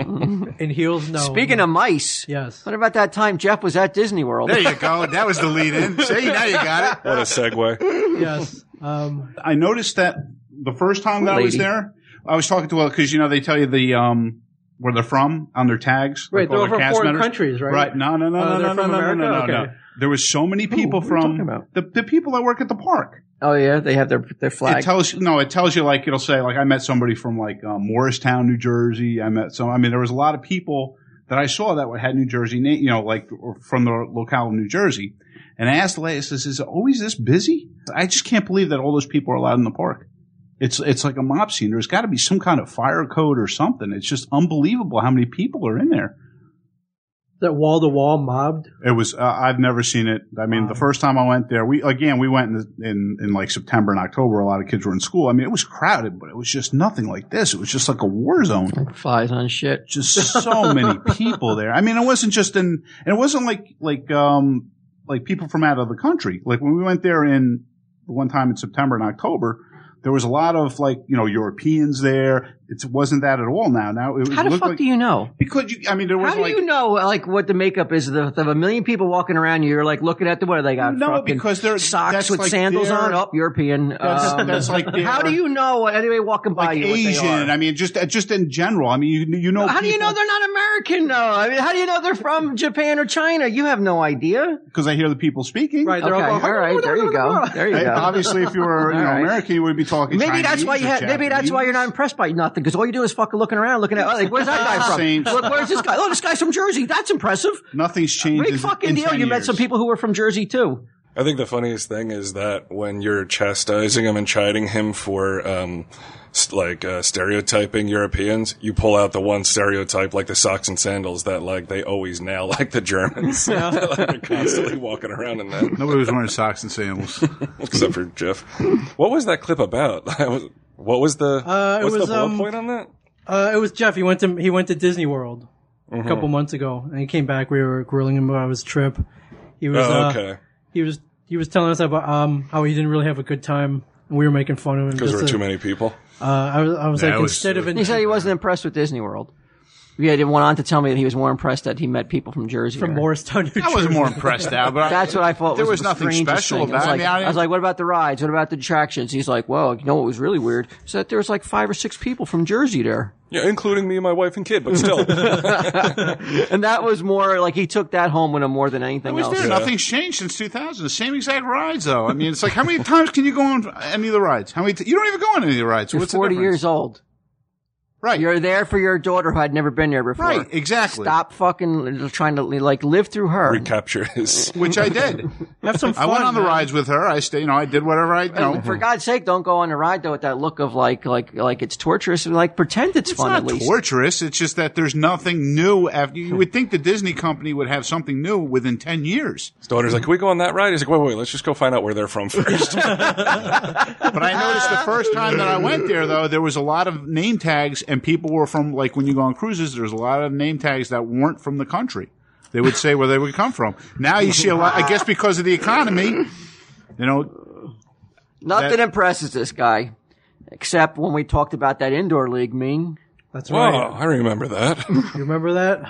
C: in heels. No.
D: Speaking of mice,
C: yes,
D: what about that time Jeff was at Disney World?
E: There you go. That was the lead in. See, now you got it.
F: What a segue.
C: yes. Um,
E: I noticed that the first time that I was
D: Lady.
E: there, I was talking to a because you know they tell you the um where they're from on their tags.
C: Right,
E: all
C: they're
E: their
C: from
E: cast
C: foreign
E: members.
C: countries, right?
E: Right. No, no, no,
C: Oh,
E: no,
C: they're
E: no, no,
C: from
E: no, no,
C: America?
E: no, no.
C: Okay.
E: There was so many people
D: are you
E: from
D: talking about?
E: the the people that work at the park.
D: oh yeah, they have their their
E: It
D: flag.
E: tells no, it tells you like it'll say like I met somebody from like um, Morristown, New Jersey. I met some. I mean, there was a lot of people that I saw that had New Jersey name, you know, like or from the locale of New Jersey. And I asked the lady, I says, "Is it always this busy? I just can't believe that all those people are allowed in the park. It's it's like a mob scene. There's got to be some kind of fire code or something. It's just unbelievable how many people are in there.
C: that wall to wall mobbed.
E: It was uh, I've never seen it. I mean, the first time I went there, we again we went in, in in like September and October. A lot of kids were in school. I mean, it was crowded, but it was just nothing like this. It was just like a war zone.
D: Flies on shit.
E: Just so many people there. I mean, it wasn't just in. And it wasn't like like um like people from out of the country. Like when we went there in the one time in September and October. There was a lot of like you know Europeans there. It wasn't that at all now. Now it
D: How the
E: looked
D: fuck
E: like,
D: do you know?
E: because you, I mean there was
D: How do
E: like
D: you know like what the makeup is of, the, of a million people walking around? You're like looking at the what do they got?
E: no
D: fucking
E: because there
D: socks
E: that's
D: with
E: like
D: sandals
E: their-
D: on. Oh, Up European.
E: That's,
D: Um,
E: that's like
D: how do you know anybody walking by
E: like
D: you? what they
E: Asian?
D: are?
E: I mean, just uh, just in general. I mean, you you know.
D: how do you know they're not American though? I mean, how do you know they're from Japan or China? You have no idea.
E: Because I hear the people speaking.
C: Right, they're
D: okay,
C: all,
D: all right, there you go, there you
E: Hey,
D: go.
E: obviously, if you were you know,
D: All right.
E: American, you would be talking.
D: Maybe that's
E: Chinese
D: why
E: or
D: you had, maybe that's
E: Japanese.
D: why you're not impressed by nothing because all you do is fucking looking around, looking at oh, like where's that guy from?
E: Same.
D: Where- where's this guy? Oh, this guy's from Jersey. That's impressive.
E: Nothing's changed.
D: Big
E: in-
D: fucking
E: in
D: deal.
E: 10
D: You met
E: years.
D: some people who were from Jersey too.
F: I think the funniest thing is that when you're chastising him and chiding him for um, s- like uh, stereotyping Europeans, you pull out the one stereotype, like the socks and sandals, that like they always nail, like the Germans. like they're constantly walking around in that.
E: Nobody was wearing socks and sandals.
F: except for Jeff. What was that clip about? I was- what was the
C: Uh, it
F: what's
C: was,
F: the bullet
C: um,
F: point on that?
C: Uh, it was Jeff. He went to he went to Disney World
F: Mm-hmm.
C: a couple months ago, and he came back. We were grilling him about his trip. He was
F: Oh,
C: uh,
F: okay,
C: he was he was telling us about um how he didn't really have a good time. and We were making fun of him
F: because there
C: just
F: were
C: to-
F: too many people.
C: Uh, I was I was
E: That
C: like
E: was
C: instead of
E: silly.
D: He
C: in,
D: said he wasn't impressed with Disney World. Yeah, he went on to tell me that he was more impressed that he met people from Jersey.
C: from
D: there.
C: Morristown, New
E: I was
C: Jersey.
E: more impressed now, but I-
D: That's what I thought.
E: There was
D: the
E: nothing
D: strangest
E: special
D: thing.
E: about
D: I
E: it. I
D: was,
E: mean,
D: like,
E: I didn't-
D: I was like, what about the rides? What about the attractions? He's like, well, you know what was really weird is that there was like five or six people from Jersey there,
F: Yeah, including me, and my wife, and kid, but still.
D: and that was more like he took that home with him more than anything
E: I was
D: else.
E: there. Nothing's changed since 2000. The same exact rides, though. I mean, it's like how many times can you go on any of the rides? How many? T- you don't even go on any of the rides.
D: You're
E: What's the
D: forty
E: difference?
D: years old.
E: Right.
D: You're there for your daughter who had never been there before.
E: Right, exactly.
D: Stop fucking trying to like live through her.
F: Recapture his.
E: Which I did.
C: Have some fun.
E: I went on the
C: man.
E: rides with her. I stayed, you know, I did whatever I, you know.
D: For God's sake, don't go on a ride though with that look of like like like it's torturous. Like pretend it's,
E: It's
D: fun
E: not
D: at least. Hmm.
E: torturous. It's just that there's nothing new. After you would think the Disney company would have something new within ten years,
F: His daughter's like, "Can we go on that ride?" He's like, "Wait, wait, let's just go find out where they're from first.
E: but I noticed the first time that I went there, though, there was a lot of name tags, and people were from like when you go on cruises, there's a lot of name tags that weren't from the country. They would say where they would come from. Now you see a lot. I guess because of the economy, you know,
D: Nothing
E: That-
D: impresses this guy, except when we talked about that indoor league. Ming,
C: That's
F: Wow,
C: right.
F: I remember that.
C: You remember that?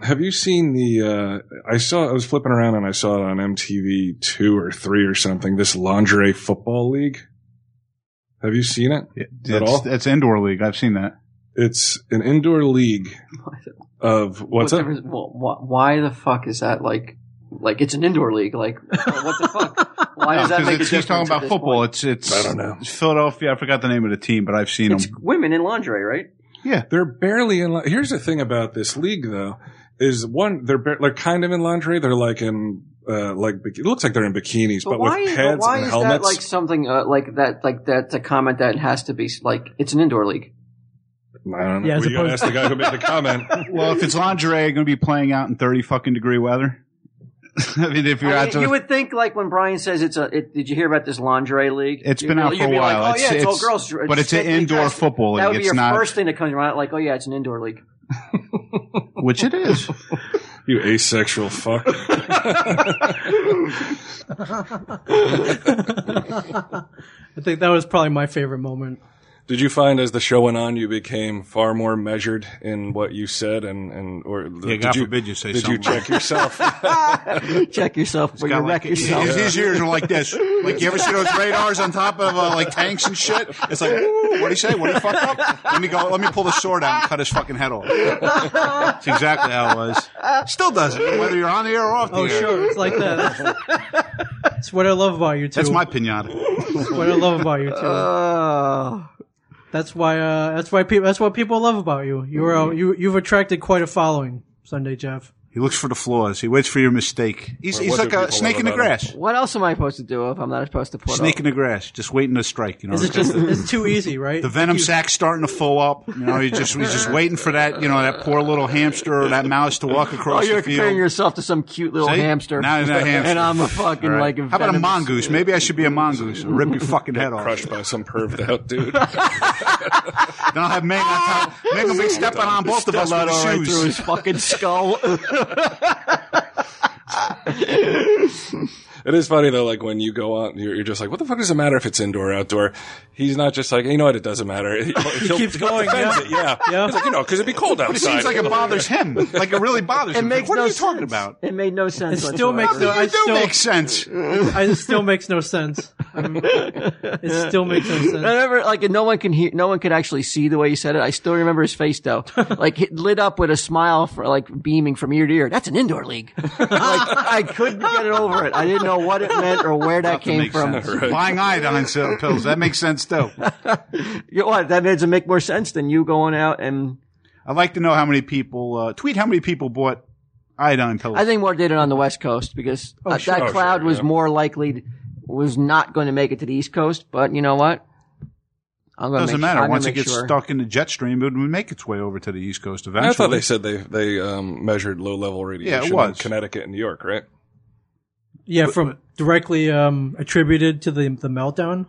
F: Have you seen the? Uh, I saw. I was flipping around and I saw it on MTV two or three or something. This lingerie football league. Have you seen it? at all?
E: that's, that's indoor league. I've seen that.
F: It's an indoor league of what's
D: What
F: up?
D: difference- wh- wh- Why the fuck is that like? Like it's an indoor league. Like what the fuck? Why does that
E: Because
D: make a difference?
E: it's- he's talking
D: at
E: about
D: this
E: football.
D: point?
E: It's it's
F: I don't know.
E: it's Philadelphia. I forgot the name of the team, but I've seen
D: It's
E: them.
D: women in lingerie, right?
F: They're barely in. li- Here's the thing about this league, though, is one they're ba- they're kind of in lingerie. They're like in uh, like bik- it looks like they're in bikinis, but,
D: why,
F: with
D: is-
F: pads
D: why
F: and
D: is
F: helmets.
D: that like something uh, like that? Like that's a comment that has to be like it's an indoor league.
F: I don't know.
C: Yeah, as
F: Well, you gotta
C: opposed-
F: ask the guy who made the comment.
E: Well, if it's lingerie, going to be playing out in thirty fucking degree weather. I mean, if you're
D: I
E: out
D: mean,
E: to
D: you would think like when Brian says it's a. It, did you hear about this lingerie league?
E: It's
D: You'd
E: been
D: be-
E: out for
D: you'd
E: a
D: be
E: while.
D: Like, oh,
E: It's-
D: yeah, it's, all
E: it's-
D: girls. dr-
E: but it's an
D: strictly
E: indoor
D: dressed.
E: football
D: That
E: league.
D: would be
E: It's
D: your
E: not-
D: first thing that comes to mind. Like, oh yeah, it's an indoor league.
E: which it is.
F: You asexual fuck.
C: I think that was probably my favorite moment.
F: Did you find as the show went on, you became far more measured in what you said, and and or
E: Yeah,
F: did
E: God
F: you
E: forbid you say
F: did you
E: something like
F: check yourself?
D: Check yourself before you wreck yourself.
E: His ears are like this. Like you ever see those radars on top of uh, like tanks and shit? It's like, what do you say? What do you fuck up? Let me go. Let me pull the sword out and cut his fucking head off. That's exactly how it was. Still does it, whether you're on the air or off the
C: Oh,
E: air.
C: sure, it's like that. That's, that's what I love about you too.
E: That's my pinata.
C: That's what I love about you too.
D: Uh,
C: That's why. Uh, that's why people. That's what people love about you. You're uh, you. You've attracted quite a following, Sunday Jeff.
E: He looks for the flaws. He waits for your mistake. He's,
F: Or
E: he's
F: what
E: like
F: do
E: a
F: people
E: snake
F: love
E: in the
F: about him?
E: grass.
D: what else am I supposed to do if I'm not supposed to put
E: Snake
D: up?
E: in the grass, just waiting to strike. You know,
C: Is it
E: because
C: just?
E: the,
C: It's too easy, right?
E: the venom sac's starting to full up. You know, you just he's just waiting for that. You know, that poor little hamster or that mouse to walk
D: Oh,
E: across
D: you're
E: the
D: comparing
E: field.
D: yourself to some cute little
E: See?
D: hamster.
E: Now he's a hamster.
D: And I'm a fucking
E: All
D: like.
E: right. How about a
D: venomous-
E: mongoose? Maybe I should be a mongoose. and Rip your fucking head off.
F: Crushed by some perved out dude.
E: Then I'll have Ming on top. Ming will be stepping on both of us
D: Stiletto
E: with
D: right
E: his
D: through
E: shoes.
D: his fucking skull.
F: It is funny though, like when you go out, you're, you're just like, what the fuck does it matter if it's indoor or outdoor? He's not just like, you know what, it doesn't matter. He, he'll-
C: keeps
F: he'll
C: going,
F: defend
C: yeah.
F: It, yeah.
C: Yeah.
F: He's like, you know, because it'd be cold
E: But it
F: outside.
E: seems like it bothers him. Like it really bothers
D: It
E: him.
D: makes
E: what
D: no
E: are you
D: sense.
E: talking about?
D: It made no sense.
C: It still makes
D: whatsoever.
C: no. I
E: It do
C: still.
E: make sense.
C: I, it still makes no sense. I'm- it still makes no sense.
D: Remember, like no one can hear, no one could actually see the way you said it. I still remember his face though, like it lit up with a smile, for like beaming from ear to ear. That's an indoor league. like I couldn't get it over it. I didn't know what it meant or where that came
E: Makes
D: from.
E: sense. Buying iodine cell pills. That makes sense too.
D: You know what? That makes it make more sense than you going out and
E: I'd like to know how many people uh, tweet how many people bought iodine pills.
D: I think more did it on the West Coast because uh,
C: sure.
D: that
F: Oh,
D: cloud
F: sure,
D: was
F: yeah.
D: more likely was not going to make it to the East Coast. But you know what? I'm going
E: doesn't
D: make,
E: matter.
D: I'm gonna
E: Once it
D: make
E: gets
D: sure.
E: stuck in the jet stream, it would make its way over to the East Coast eventually.
F: I thought they said they they um, measured low level radiation in
E: was.
F: Connecticut and New York, right?
C: Yeah, from directly um, attributed to the the meltdown.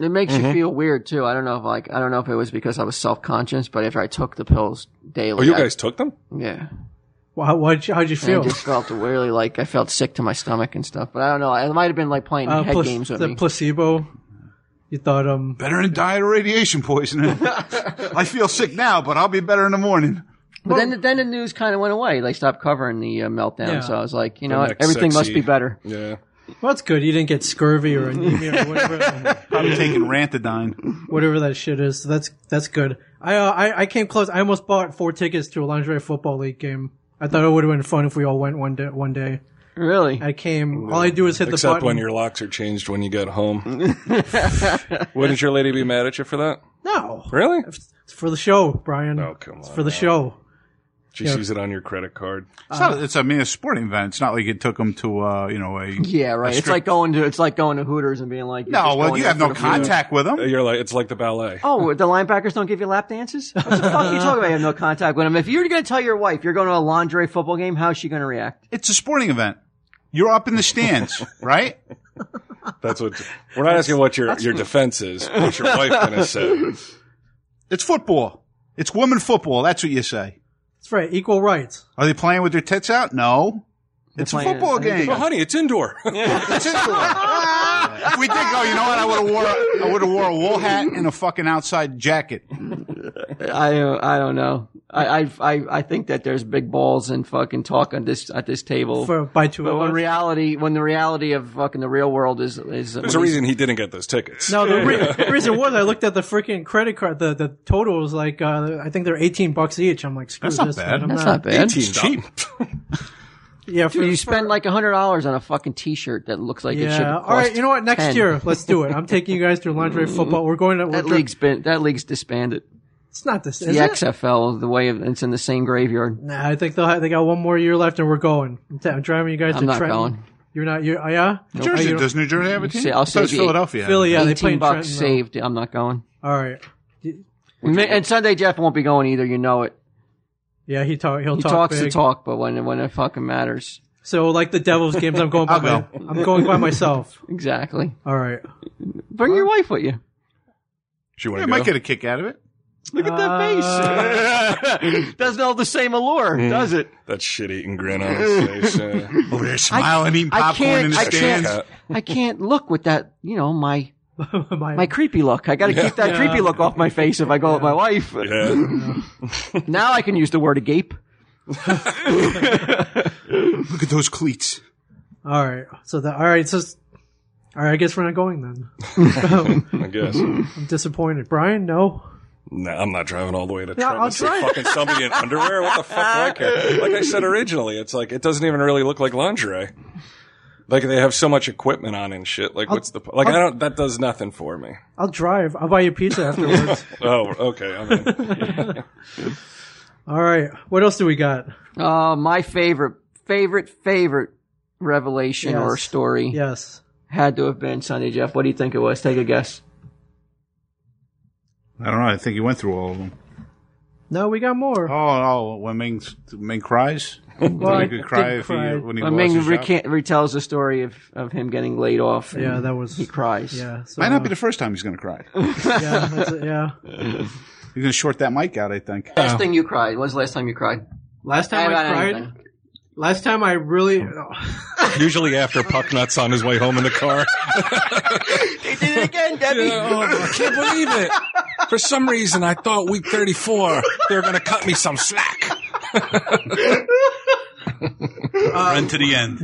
D: It makes
E: Mm-hmm.
D: you feel weird too. I don't know if like I don't know if it was because I was self conscious, but after I took the pills daily,
F: Oh, you
D: I-
F: guys took them?
D: yeah,
C: Well, how, why'd you, how'd you
D: I
C: feel?
D: just felt really like I felt sick to my stomach and stuff. But I don't know. It might have been like playing
C: Uh,
D: head
C: pla-
D: games with
C: the
D: me.
C: placebo. You thought um
E: better than diet or radiation poisoning. I feel sick now, but I'll be better in the morning.
D: but then, the- then the news kind of went away. They stopped covering the uh, meltdown,
C: Yeah.
D: so I was like, you know, what?
F: next
D: everything must
F: sexy-
D: be better.
F: Yeah.
C: Well, that's good. You didn't get scurvy or anemia or whatever,
E: Probably taking Rantadine.
C: whatever that shit is. So that's that's good. I, uh, I I came close. I almost bought four tickets to a lingerie football league game. I thought it would have been fun if we all went one day. One day,
D: Really?
C: I came. All I do is hit the
F: Except
C: button.
F: when your locks are changed when you get home. Wouldn't your lady be mad at you for that?
C: No.
F: Really?
C: It's for the show, Brian.
F: Oh, come
C: It's
F: on
C: for the
F: now.
C: show.
F: She
C: Yeah.
F: sees it on your credit card.
E: It's, not, it's I mean, a sporting event. It's not like it took them to, uh, you know, a.
D: Yeah, right. It's
E: strict-
D: like going to it's like going to Hooters and being like, you're
E: No,
D: just
E: well,
D: going
E: you
D: there
E: have
D: for
E: no
D: the food.
E: contact with them.
F: You're like, it's like the ballet.
D: Oh, the linebackers don't give you lap dances? What the fuck are you talking about? You have no contact with them. If you're going to tell your wife you're going to a lingerie football game, how's she going to react?
E: It's a sporting event. You're up in the stands, right?
F: That's what we're not asking what your your defense is. What's your wife gonna say?
E: It's football. It's women football. That's what you say.
C: That's right. Equal rights.
E: Are they playing with their tits out? No. It's a
D: playing-
E: football
D: I think
E: game.
F: Well, honey, it's indoor.
E: It's indoor. if we did go, you know what? I would have wore a- I would have wore a wool hat and a fucking outside jacket.
D: I don't- I don't know. I I I, I think that there's big balls and fucking talk on this at this table.
C: For by two
D: but
C: of
D: when
C: us.
D: reality, when the reality of fucking the real world is is
F: There's a reason he didn't get those tickets.
C: No, the, re- the reason was I looked at the freaking credit card. The the total was like uh, I think they're eighteen bucks each. I'm like, screw
E: That's not
C: this. man.
E: bad.
C: I'm
D: that's not bad.
F: Team cheap.
C: Yeah, for,
D: Dude, you spend like hundred dollars on a fucking T-shirt that looks like it should.
C: yeah. All right, you know what? Next
D: 10.
C: year, let's do it. I'm taking you guys to lingerie football. We're going to we're
D: that
C: dri-
D: league's been that league's disbanded.
C: It's not this.
D: The
C: Is it?
D: XFL, the way of, it's in the same graveyard.
C: Nah, I think they'll have, they got one more year left, and we're going. I'm, t- I'm driving you guys
D: I'm
C: to
D: not
C: Trenton.
D: going.
C: You're not. You're, oh, yeah.
E: Jersey,
C: you-
E: does New Jersey have a team?
D: Say- I'll
E: I thought it was
D: say the-
E: Philadelphia.
C: Philly, yeah, they play
D: Eighteen
C: in
D: bucks
C: Trenton, though.
D: saved. I'm not going.
C: All right.
D: Ma- And Sunday Jeff won't be going either. You know it.
C: Yeah, he talk. He'll
D: He
C: talk
D: talks
C: big.
D: the talk, but when when it fucking matters,
C: So like the Devils games, I'm going by.
E: I'll
C: my,
E: go.
C: I'm going by myself.
D: exactly.
C: All right.
D: Bring your wife with you.
F: She
E: Yeah, I
F: wanna
E: might
F: go?
E: get a kick out of it.
D: Look at that face. Doesn't have the same allure, does it?
F: That shit-eating grin on his face. uh,
E: Over there smiling, eating
D: I
E: popcorn
D: can't.
E: in the
D: I
E: stands.
D: can't. I can't look with that. You know my
C: my,
D: my creepy look. I got to keep that creepy look off my face if I go with my wife.
F: yeah.
D: Now I can use the word agape.
E: Look at those cleats.
C: all right. So the all right. So s- all right. I guess we're not going then.
F: I guess.
C: I'm disappointed. Brian, no.
F: No, I'm not driving all the way to Trenton
C: I'll
F: to see
C: drive.
F: fucking somebody in underwear. What the fuck do I care? Like I said originally, it's like it doesn't even really look like lingerie. Like they have so much equipment on and shit. Like what's the po- like? I don't. That does nothing for me.
C: I'll drive. I'll buy you pizza afterwards.
F: Oh, okay. I mean,
C: all right. What else do we got?
D: Uh, my favorite, favorite, favorite revelation
C: Yes.
D: or story
C: Yes.
D: had to have been Sunday Jeff. What do you think it was? Take a guess.
E: I don't know. I think he went through all of them.
C: No, we got more.
E: Oh, oh when Ming, Ming cries?
C: Well, I
E: he could cry
C: did
E: if he,
C: cry.
E: when he
D: I
E: lost
D: mean,
E: his job.
D: recant, retells the story of, of him getting laid off. and
C: yeah, that was.
D: he cries.
C: Yeah. So,
E: Might not be the first time he's going to cry. He's
C: yeah, that's it, yeah.
E: going to short that mic out, I think.
D: Last thing you cried. When's the last time you cried?
C: Last time I
D: About
C: cried.
D: anything.
C: Last time I really.
F: usually after puck nuts on his way home in the car.
D: They did it again, Debbie.
F: oh,
C: oh.
F: I can't believe it. For some reason, I thought week 34 they were going to cut me some slack.
E: Run to the end.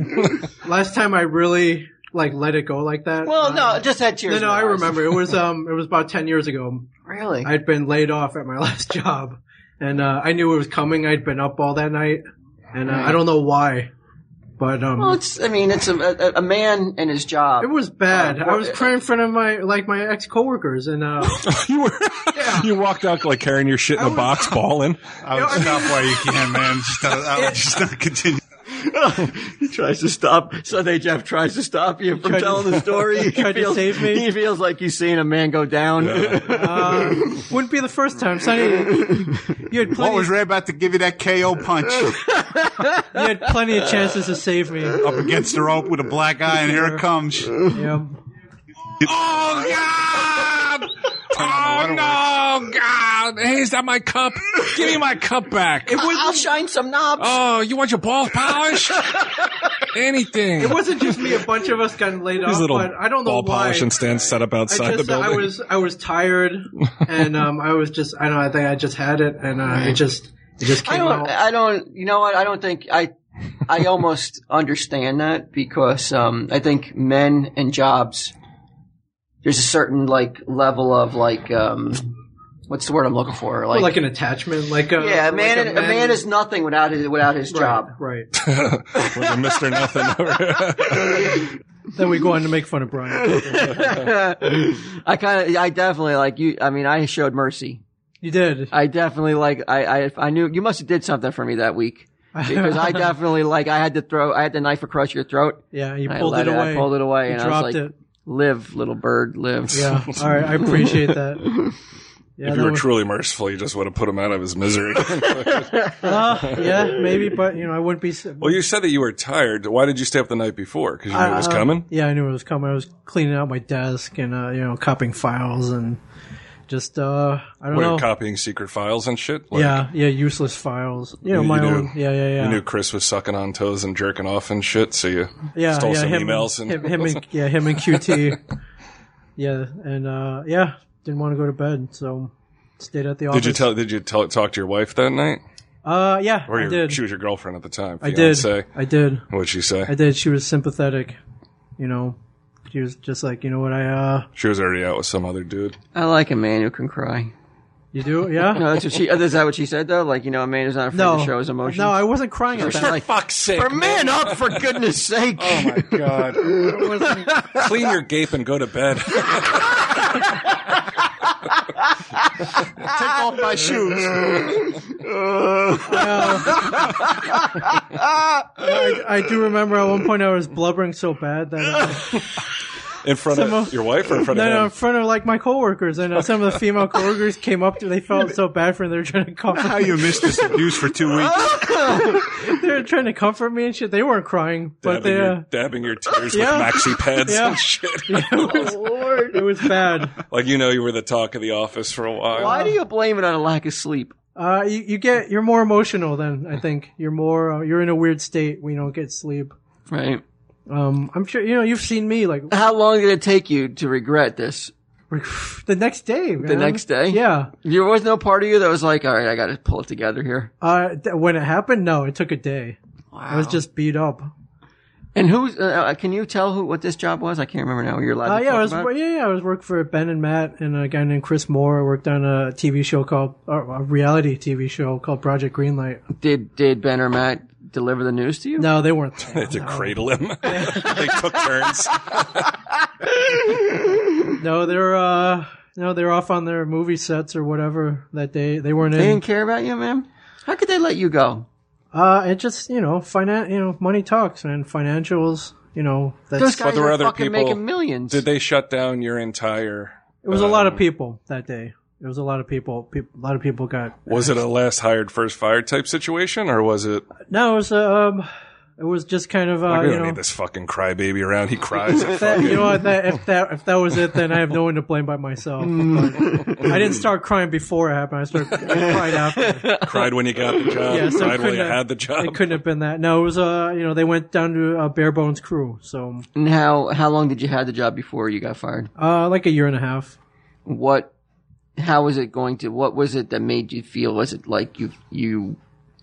C: last time I really like let it go like that.
D: Well, no, just had tears.
C: Uh, no, no,
D: in my
C: I
D: eyes.
C: remember. It was um, it was about ten years ago.
D: Really?
C: I'd been laid off at my last job, and uh, I knew it was coming. I'd been up all that night, and uh, I don't know why, but um,
D: well, it's. I mean, it's a, a, a man and his job.
C: it was bad.
D: Uh,
C: I was
D: uh,
C: crying in front of my like my ex coworkers, and uh,
F: You were, you walked out like carrying your shit in a box, balling.
E: I would stop while you can, man. Just not, I would just not continue.
D: he tries to stop. Sunday Jeff tries to stop you from telling the story. He
C: tried to save me.
D: He feels like he's seeing a man go down.
C: uh, wouldn't be the first time. Sonny, you had
E: What
C: plenty.
E: was Ray about to give you that KO punch
C: you had plenty of chances to save me.
E: up against the rope with a black eye, and here it comes. Oh,
C: Yeah.
E: God!
F: Oh, no, God. Hey, is that my cup? Give me my cup back.
D: I'll shine some knobs.
F: Oh, you want your balls polished? Anything.
C: It wasn't just me. A bunch of us got laid
F: These
C: off,
F: little
C: but I don't know
F: ball
C: why.
F: polishing stands set up outside
C: I
F: the
C: just,
F: building.
C: I was I was tired, and um, I was just I don't know, I think I just had it, and uh, it just it just
D: I
C: came
D: don't.
C: out.
D: I don't. You know what? I don't think I. I almost understand that because um, I think men and jobs. There's a certain like level of like um, what's the word I'm looking for? Like,
C: Like an attachment, like a
D: yeah, a man,
C: like
D: a, man is nothing without his without his
C: right,
D: job.
C: Right.
F: With a Mr. Nothing.
C: Then we go on to make fun of Brian.
D: I kind of, I definitely like you. I mean, I showed mercy.
C: You did.
D: I definitely like, I, I, I knew you must have did something for me that week because I definitely like, I had to throw, I had the knife across your throat.
C: yeah, you
D: I
C: pulled
D: let
C: it away.
D: I pulled it away,
C: You
D: and I
C: dropped
D: was like,
C: it.
D: "Live, little bird, live."
C: Yeah. All right. I appreciate that. Yeah,
F: if
C: that
F: you were
C: was-
F: truly merciful, you just would have put him out of his misery.
C: Uh, yeah, maybe, but you know, I wouldn't be. s-
F: well, you said that you were tired. Why did you stay up the night before? Because you knew it was
C: Uh,
F: coming.
C: Yeah, I knew it was coming. I was cleaning out my desk and uh, you know, copying files and just uh, I don't
F: Were
C: know.
F: you copying secret files and shit? Like,
C: yeah, yeah, useless files. You know,
F: You-
C: my
F: you
C: own.
F: knew-
C: yeah, yeah, yeah.
F: You knew Chris was sucking on toes and jerking off and shit, so you
C: yeah,
F: stole
C: yeah,
F: some
C: him,
F: emails and
C: him, him and yeah, him and QT. yeah, and uh, yeah, didn't want to go to bed, so stayed at the office.
F: Did you tell? Did you tell, talk to your wife that night?
C: Uh, yeah,
F: Or
C: I
F: your,
C: did.
F: she was your girlfriend at the time.
C: I did.
F: fiancé?
C: I did.
F: What'd she say?
C: I did. She was sympathetic. You know, she was just like, you know what, I uh,
F: She was already out with some other dude.
D: I like a man who can cry.
C: you do, yeah.
D: No, that's what she. Is that what she said though? Like you know, a man who's not afraid
C: No,
D: to show his emotions.
C: No, I wasn't crying at
D: She's
C: that.
D: like,
F: Fuck's sake!
D: for man up, for goodness sake.
C: Oh
E: God.
C: I wasn't-
F: Clean your gape and go to bed.
B: Take off my shoes.
C: I, I do remember at one point I was blubbering so bad that uh,
F: in front of
C: Some of-
F: your wife or in front
C: no,
F: of
C: no,
F: him?
C: in front of like my coworkers and uh, some of the female coworkers came up to. They felt so bad for me. They were trying to
E: How
C: comfort.
E: you missed this abuse for two weeks?
C: They were trying to comfort me and shit. They weren't crying, but
F: dabbing,
C: they. Uh,
F: your, dabbing your tears
C: Yeah.
F: with maxi pads
C: Yeah.
F: and shit.
C: it was bad.
F: Like you know, you were the talk of the office for a while.
D: Why do you blame it on a lack of sleep?
C: Uh, you, you get you're more emotional then. I think you're more uh, you're in a weird state when you don't get sleep.
D: Right.
C: Um, I'm sure you know you've seen me like
D: How long did it take you to regret this?
C: the next day. man.
D: next day?
C: yeah.
D: There was no part of you that was like, all right, I got to pull it together here.
C: Uh, th- when it happened, no, it took a day.
D: Wow.
C: I was just beat up.
D: And who's? Uh, can you tell who what this job was? I can't remember now. You're allowed.
C: Uh,
D: to
C: yeah,
D: talk
C: I was
D: about it?
C: yeah, yeah, I was working for Ben and Matt and a guy named Chris Moore. I worked on a TV show called or a reality TV show called Project Greenlight.
D: Did did Ben or Matt deliver the news to you?
C: No, they weren't.
F: They had to cradle him. they took turns.
C: no, they're uh, no, they're off on their movie sets or whatever that day. They weren't
D: They
C: in.
D: didn't care about you, man. How could they let you go?
C: Uh, it just you know, finan- you know, money talks and financials. You know, that's,
D: Those guys
F: there were
D: are
F: other
D: fucking
F: people-
D: making millions.
F: Did they shut down your entire?
C: it was a lot
D: Uh.
C: of people that day. It was a lot of people. Peop a lot of people got.
F: Was it a last hired first fired type situation, or was it?
C: No, it was uh, um, it was just kind of uh,
F: we
C: you
F: don't
C: know,
F: need this fucking crybaby around. He cries.
C: that,
F: at fucking-
C: you know what? That, if that if that was it, then I have no one to blame but myself. But I didn't start crying before it happened. I started I cried after.
F: cried when you got the job.
C: Yeah, so
F: cried when
C: couldn't
F: you
C: have-
F: had the job.
C: It couldn't have been that. No, it was uh, you know, they went down to uh, bare bones crew. So
D: And how how long did you have the job before you got fired?
C: uh, like a year and a half.
D: What? How was it going to? What was it that made you feel? Was it like you you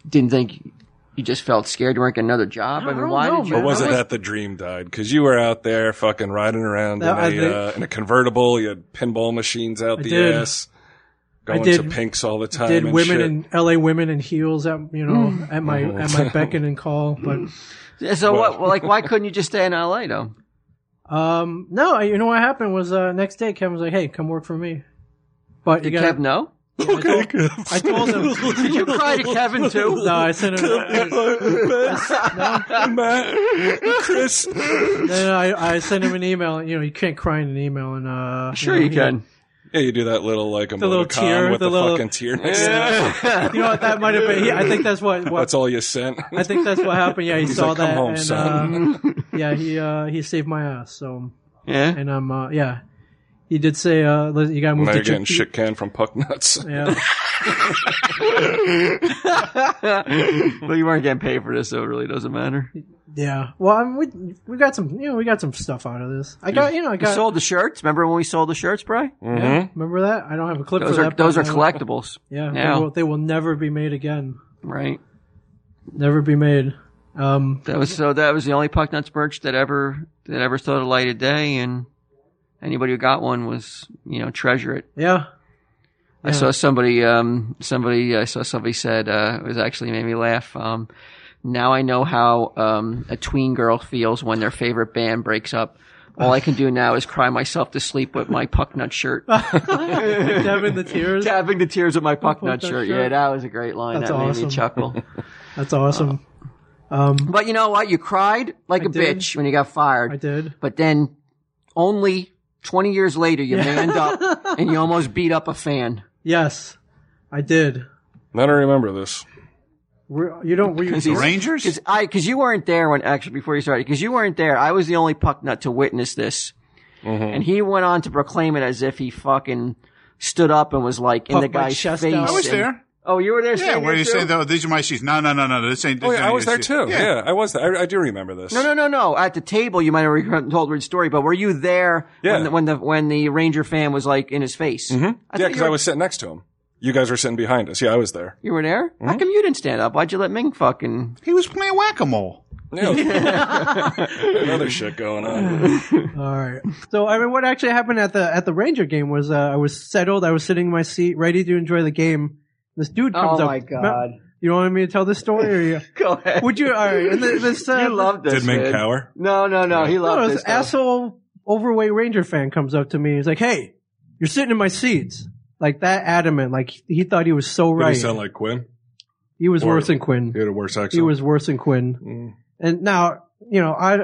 D: didn't think you just felt scared you weren't getting another job? I, mean,
C: don't
D: why
C: know,
D: did you?
C: man.
F: Or was
D: how
F: it that the dream died? Because you were out there fucking riding around
C: No, I
F: in,
C: did-
F: a, uh, in a convertible. You had pinball machines out the
C: did.
F: ass. Going
C: did-
F: to pinks all the time.
C: Did
F: and
C: women
F: shit.
C: in L.A. women in heels at you know at my at my beckon and call, but
D: Yeah, So what? well, Like, why couldn't you just stay in L.A. though?
C: um, no, you know what happened was uh, next day Kevin was like, "Hey, come work for me," but you
D: Did
C: got
D: Kev know?
C: I told him.
D: Did you cry to Kevin too?
C: No, I sent him.
F: Chris,
C: Then I, I sent him an email. You know, you can't cry in an email, and uh,
D: Sure,
C: know,
D: you
C: he-
D: can.
F: Yeah, you do that little like emoticon
C: little tear,
F: with
C: the
F: the,
C: little-
F: fucking tear next to it.
C: You know what? That might have been. He, I think that's what. what
F: That's all you sent.
C: I think that's what happened. Yeah, he saw
F: like, "Come
C: that,
F: home,
C: and
F: son."
C: Uh, yeah, he uh, he saved my ass. So,
D: Yeah.
C: and I'm uh, yeah, he did say uh, li- you gotta move
F: Now
C: to
F: you're getting
C: Chick-
F: shit canned from puck nuts.
C: Yeah,
D: Well, you weren't getting paid for this, so it really doesn't matter. You
C: yeah. Well, I mean, we we got some you know we got some stuff out of this. I got you know I got
D: sold the shirts. Remember when we sold the shirts, Bry?
F: Mm-hmm.
C: remember that I don't have a clip
D: Those
C: for
D: are
C: that.
D: those are
C: but, uh,
D: collectibles,
C: Yeah,
D: now.
C: They, will, they will never be made again.
D: right?
C: Never be made. Um,
D: That was so. That was the only Pucknuts merch that ever that ever saw the light of day, and anybody who got one was you know treasure it.
C: yeah.
D: I saw somebody um somebody I saw somebody said uh, it was actually made me laugh. Um, Now I know how um, a tween girl feels when their favorite band breaks up. All I can do now is cry myself to sleep with my pucknut shirt,
C: Dabbing the tears.
D: dabbing the tears with my pucknut
C: Pucknut
D: shirt.
C: shirt.
D: Yeah, that was a great line.
C: That's
D: that made
C: awesome.
D: me chuckle.
C: That's awesome. Um,
D: But you know what? You cried like a
C: did.
D: bitch when you got fired.
C: I did.
D: But then only 20 years later, you manned up and you almost beat up a fan.
C: Yes, I did.
F: Now I remember this.
C: Were, you don't. Were you,
D: The
E: Rangers?
D: Because I, because you weren't there when actually before you started, because you weren't there. I was the only puck nut to witness this,
E: Mm-hmm.
D: and he went on to proclaim it as if he fucking stood up and was like in
C: Puffed
D: the
C: my
D: guy's
C: chest
D: face.
C: out.
E: I was
D: and-
E: there.
D: Oh, you were there.
E: Yeah,
D: standing
E: where
D: there
E: you say
D: too?
E: though these are my seats. No, no, no, no. This ain't. This
F: Oh
E: ain't
F: yeah, I
E: your
F: was there
E: seat.
F: too. Yeah, I was there. I, I do remember this.
D: No, no, no, no. At the table, you might have told a story, but were you there
F: Yeah. Mm-hmm.
D: when, the, when the when the Ranger fan was like in his face? I
F: Hmm? yeah,
D: thought
F: because
D: you
F: I
D: were-
F: was sitting next to him. You guys were sitting behind us. Yeah, I was there.
D: You were there. How come you didn't stand up? Why'd you let Ming fucking?
E: He was playing whack a mole.
F: Yeah, other shit going on.
C: all right. So I mean, what actually happened at the at the Ranger game was uh, I was settled. I was sitting in my seat, ready to enjoy the game. This dude comes
D: Oh
C: up.
D: my God.
C: You want me to tell this story? Or you,
D: Go ahead.
C: would you? All right. And th- this, uh,
D: you loved this?
F: Did Ming
D: man.
F: cower?
D: No, no, no. He
C: No,
D: loved
C: this
D: this. though.
C: asshole overweight Ranger fan comes up to me. He's like, "Hey, you're sitting in my seats." Like that adamant. Like he thought he was so
F: Did
C: right.
F: he sound like Quinn?
C: He was
F: Or-
C: worse than Quinn.
F: He had a worse accent.
C: He was worse than Quinn. And now, you know, I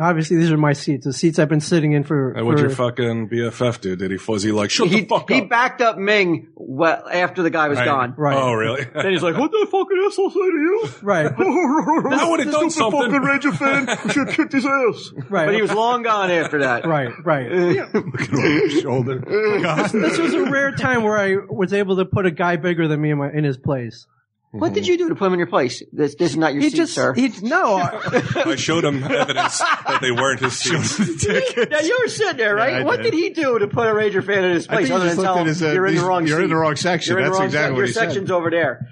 C: obviously these are my seats, the seats I've been sitting in for.
F: And what'd
C: for-
F: your fucking BFF do? Did he fuzzy like shut
D: he,
F: the fuck
D: he
F: up?
D: backed up Ming well after the guy was
F: Right.
D: gone.
C: Right.
F: Oh really?
D: Then he's like, "What the fuck did asshole say to you?"
C: right, but,
F: I would have done something.
E: Ranger fan should kick his ass.
C: right,
D: But he was long gone after that.
C: right, right.
E: shoulder.
C: this was a rare time where I was able to put a guy bigger than me in my in his place.
D: What did you do to put him in your place? This, this is not your
C: He
D: seat,
C: just
D: sir.
C: he no, I-
F: I showed him evidence that they weren't his seats.
D: now you were sitting there, right?
E: Yeah, I
D: what
E: did.
D: did he do to put a Ranger fan in his
E: I
D: place?
E: think he
D: other
E: just
D: than
E: looked
D: tell
E: at
D: him,
E: his. uh,
D: you're in the
E: these-
D: wrong
E: You're in the
D: seat.
E: wrong section.
D: You're in the
E: That's
D: wrong
E: exactly
D: section.
E: what
D: Your
E: he
D: section's
E: said.
D: over there.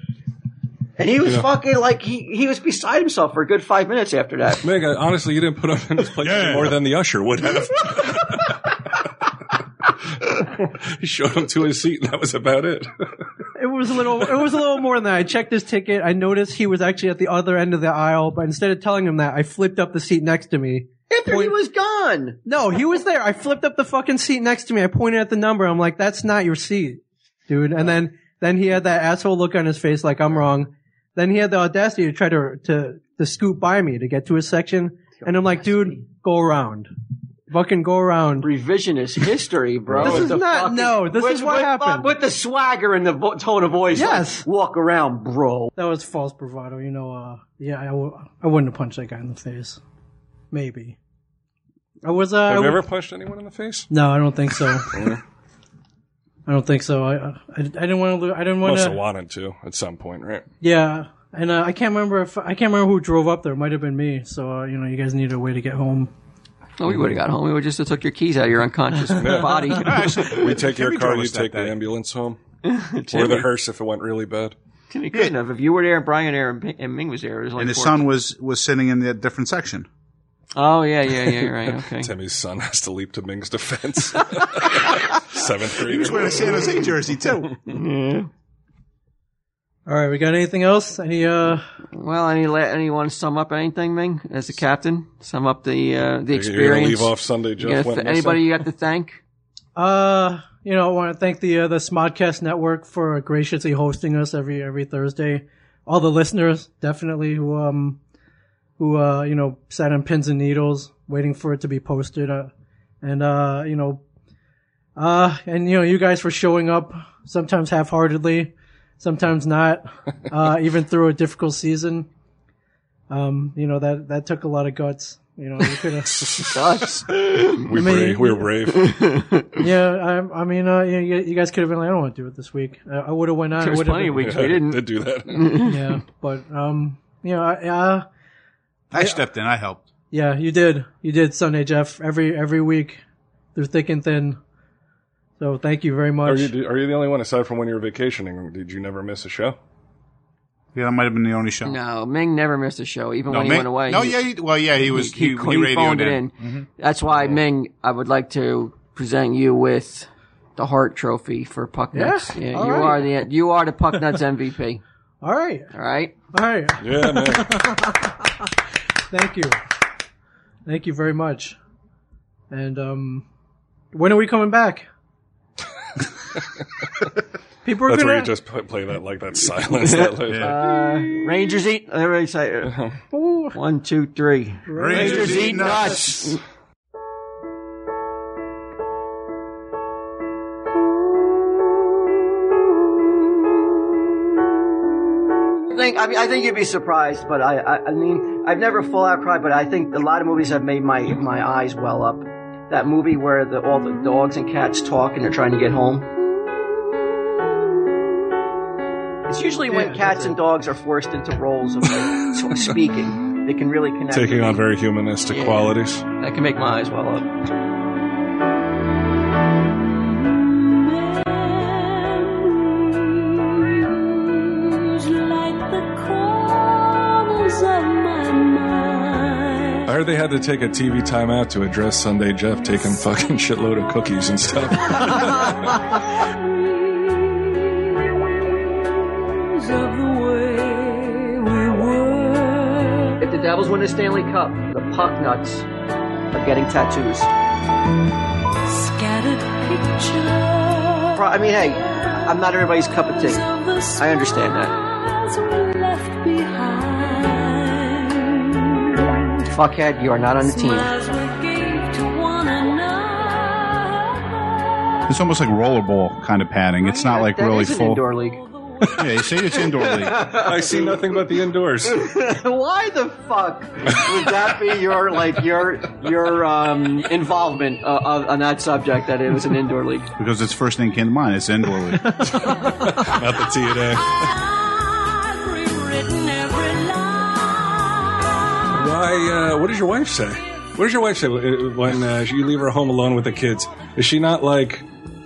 D: And he was fucking like he, he was beside himself for a good five minutes after that.
F: Meg, I- honestly, you didn't put him in his place
E: Yeah.
F: any more than the usher would have. he showed him to his seat, and that was about it.
C: it was a little it was a little more than that. I checked his ticket. I noticed he was actually at the other end of the aisle, but instead of telling him that, I flipped up the seat next to me.
D: After he was gone.
C: No, he was there. I flipped up the fucking seat next to me. I pointed at the number. I'm like, that's not your seat, dude. And then, then he had that asshole look on his face like I'm wrong. Then he had the audacity to try to, to, to scoot by me to get to his section. And I'm like, dude, go around. Fucking go around.
D: Revisionist history, bro.
C: This
D: With
C: is
D: the
C: not-
D: fucking-
C: no, this
D: with-
C: is what
D: with-
C: happened.
D: With the swagger and the vo- tone of voice. like,
C: Yes.
D: walk around, bro.
C: That was false bravado. You know, uh, yeah, I, w- I wouldn't have punched that guy in the face. Maybe. I was, uh, I
F: Have you
C: w-
F: ever punched anyone in the face?
C: no, I don't think so. I don't think so. I, I, I didn't want to, lo- I didn't want
F: Must
C: to.
F: have wanted to at some point, right?
C: Yeah, and uh, I can't remember if I can't remember who drove up there. It might have been me. So uh, you know, you guys need a way to get home.
D: No, Oh, we would have got home. We would just have took your keys out of your unconscious body.
F: We take your
E: Jimmy
F: car,
E: drove
F: you
E: us that
F: take the
E: day.
F: ambulance home, or the hearse if it went really bad.
D: Timmy couldn't have. If you were there and Brian there and, P- and Ming was there, it was like
E: And his
D: four-
E: son was was sitting in the different section.
D: Oh yeah, yeah, yeah. You're right. Okay.
F: Timmy's son has to leap to Ming's defense. Seventh
E: He was
F: grader.
E: wearing a San Jose jersey too.
C: All right, we got anything else? Any uh,
D: well, any let anyone sum up anything, Ming, as the captain? Sum up the uh, the
F: You're gonna
D: experience.
F: leave off Sunday, Jeff.
D: You gotta th-
F: went missing?
D: anybody you got to thank?
C: uh, you know, I want to thank the uh, the Smodcast Network for graciously hosting us every every Thursday. All the listeners, definitely who um who uh you know sat on pins and needles waiting for it to be posted, uh, and uh you know, uh and you know you guys for showing up sometimes half heartedly, sometimes not, uh even through a difficult season. Um, you know that that took a lot of guts. You know, you could have.
D: Us.
F: We
C: mean-
F: brave. We're brave.
C: Yeah, I, I mean, uh, you, you you guys could have been like, I don't want to do it this week. Uh, I, I would have went on.
D: There
C: I
D: was
C: would've
D: plenty of
C: been-
D: weeks we didn't.
F: Did do that.
C: Yeah, but um, you know, I, uh,
E: I stepped in. I helped.
C: yeah, you did, you did Sunday, Jeff. Every every week, through thick and thin. So thank you very
F: Are
C: much.
F: you, are you the only one aside from when you were vacationing? Did you never miss a show?
E: Yeah, that might have been the only show.
D: No, Ming never missed a show, even when he
E: Ming-
D: went away.
E: No,
D: he,
E: yeah, he, well, yeah, he was
D: he,
E: he, he,
D: he
E: radioed
D: phoned it
E: in.
D: in. That's why Ming, I would like to present you with the Hart Trophy for Pucknuts.
C: Yeah?
D: Yeah,
C: All
D: you
C: right.
D: are the you are the Pucknuts MVP.
C: All right.
D: All right.
C: All right.
F: Yeah, man.
C: Thank you. Thank you very much. And um when are we coming back? People are
F: That's where
C: gonna
F: you just pl- play that like that silence. That like,
D: Uh, Rangers eat. Everybody say uh,
C: Ooh.
D: one, two, three.
E: Rangers eat nuts.
D: I think I mean I think you'd be surprised, but I I, I mean I've never full out cried, but I think a lot of movies have made my my eyes well up. That movie where the, all the dogs and cats talk and they're trying to get home. It's usually when
C: Yeah,
D: cats
C: that's
D: and dogs are forced into roles of like, sort of speaking. They can really connect.
F: taking
D: with
F: on
D: me.
F: very humanistic
D: Yeah.
F: qualities.
D: that can make my eyes well up.
F: I heard they had to take a TV timeout to address Sunday Jeff taking fucking shitload of cookies and stuff.
D: If the Devils win the Stanley Cup, the puck nuts are getting tattoos.
G: Scattered pictures.
D: Pro- I mean, hey, I'm not everybody's cup of tea. I understand
G: that.
D: Fuckhead, you are not on the team.
E: It's almost like rollerball kind of padding. It's not like
D: That
E: really
D: is an
E: full.
D: indoor league.
E: Yeah, you say it's indoor league.
F: I see nothing but the indoors.
D: Why the fuck would that be your like your your um, involvement uh, of, on that subject? That it was an indoor league.
E: Because its first thing came to mind. It's indoor league.
F: Not the tea today. Why? Uh, what does your wife say? What does your wife say uh, when uh, you leave her home alone with the kids? Is she not like,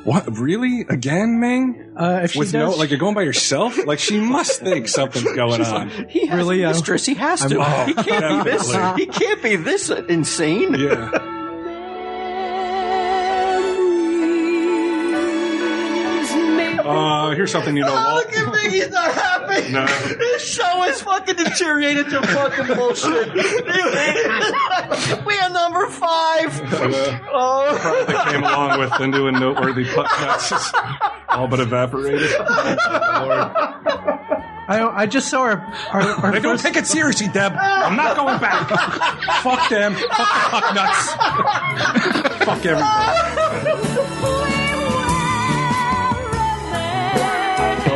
F: what? Really? Again, Ming?
C: Uh, if she
F: With
C: does,
F: no, like you're going by yourself? Like she must think something's going on.
D: He has
C: Really,
D: a
C: uh,
D: mistress. He has to.
F: I'm-
D: he can't be this.
F: Definitely.
D: He can't be this insane.
F: Yeah. Uh, here's something you know.
D: Oh,
F: Walt.
D: look at Big, he's not happy.
F: No.
D: This show is fucking deteriorated to fucking bullshit. we are number five. Oh,
F: that came along with the new and noteworthy puck nuts. All but evaporated.
C: I I just saw our our, our
F: I don't
C: first,
F: take it seriously, Deb. I'm not going back. Fuck them. Fuck the puck nuts. Fuck everybody. Uh,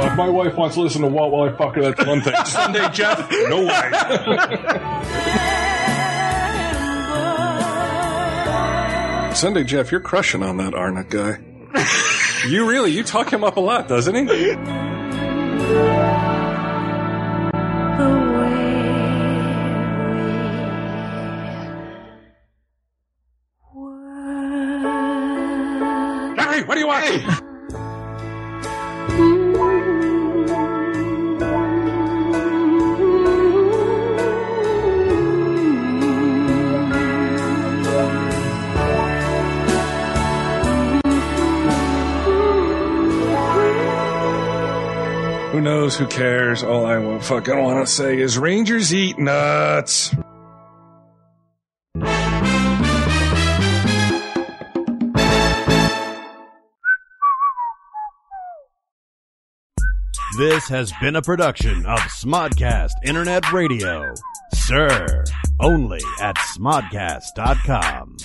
F: if my wife wants to listen to Walt while I fuck her, that's one thing. Sunday, Jeff. No way. Sunday, Jeff, you're crushing on that Arnott guy. you really, you talk him up a lot, doesn't he? Hey, what do you want? Who knows? Who cares? All I wa- fucking want to say is Rangers eat nuts.
A: This has been a production of Smodcast Internet Radio. Sir, only at smodcast.com.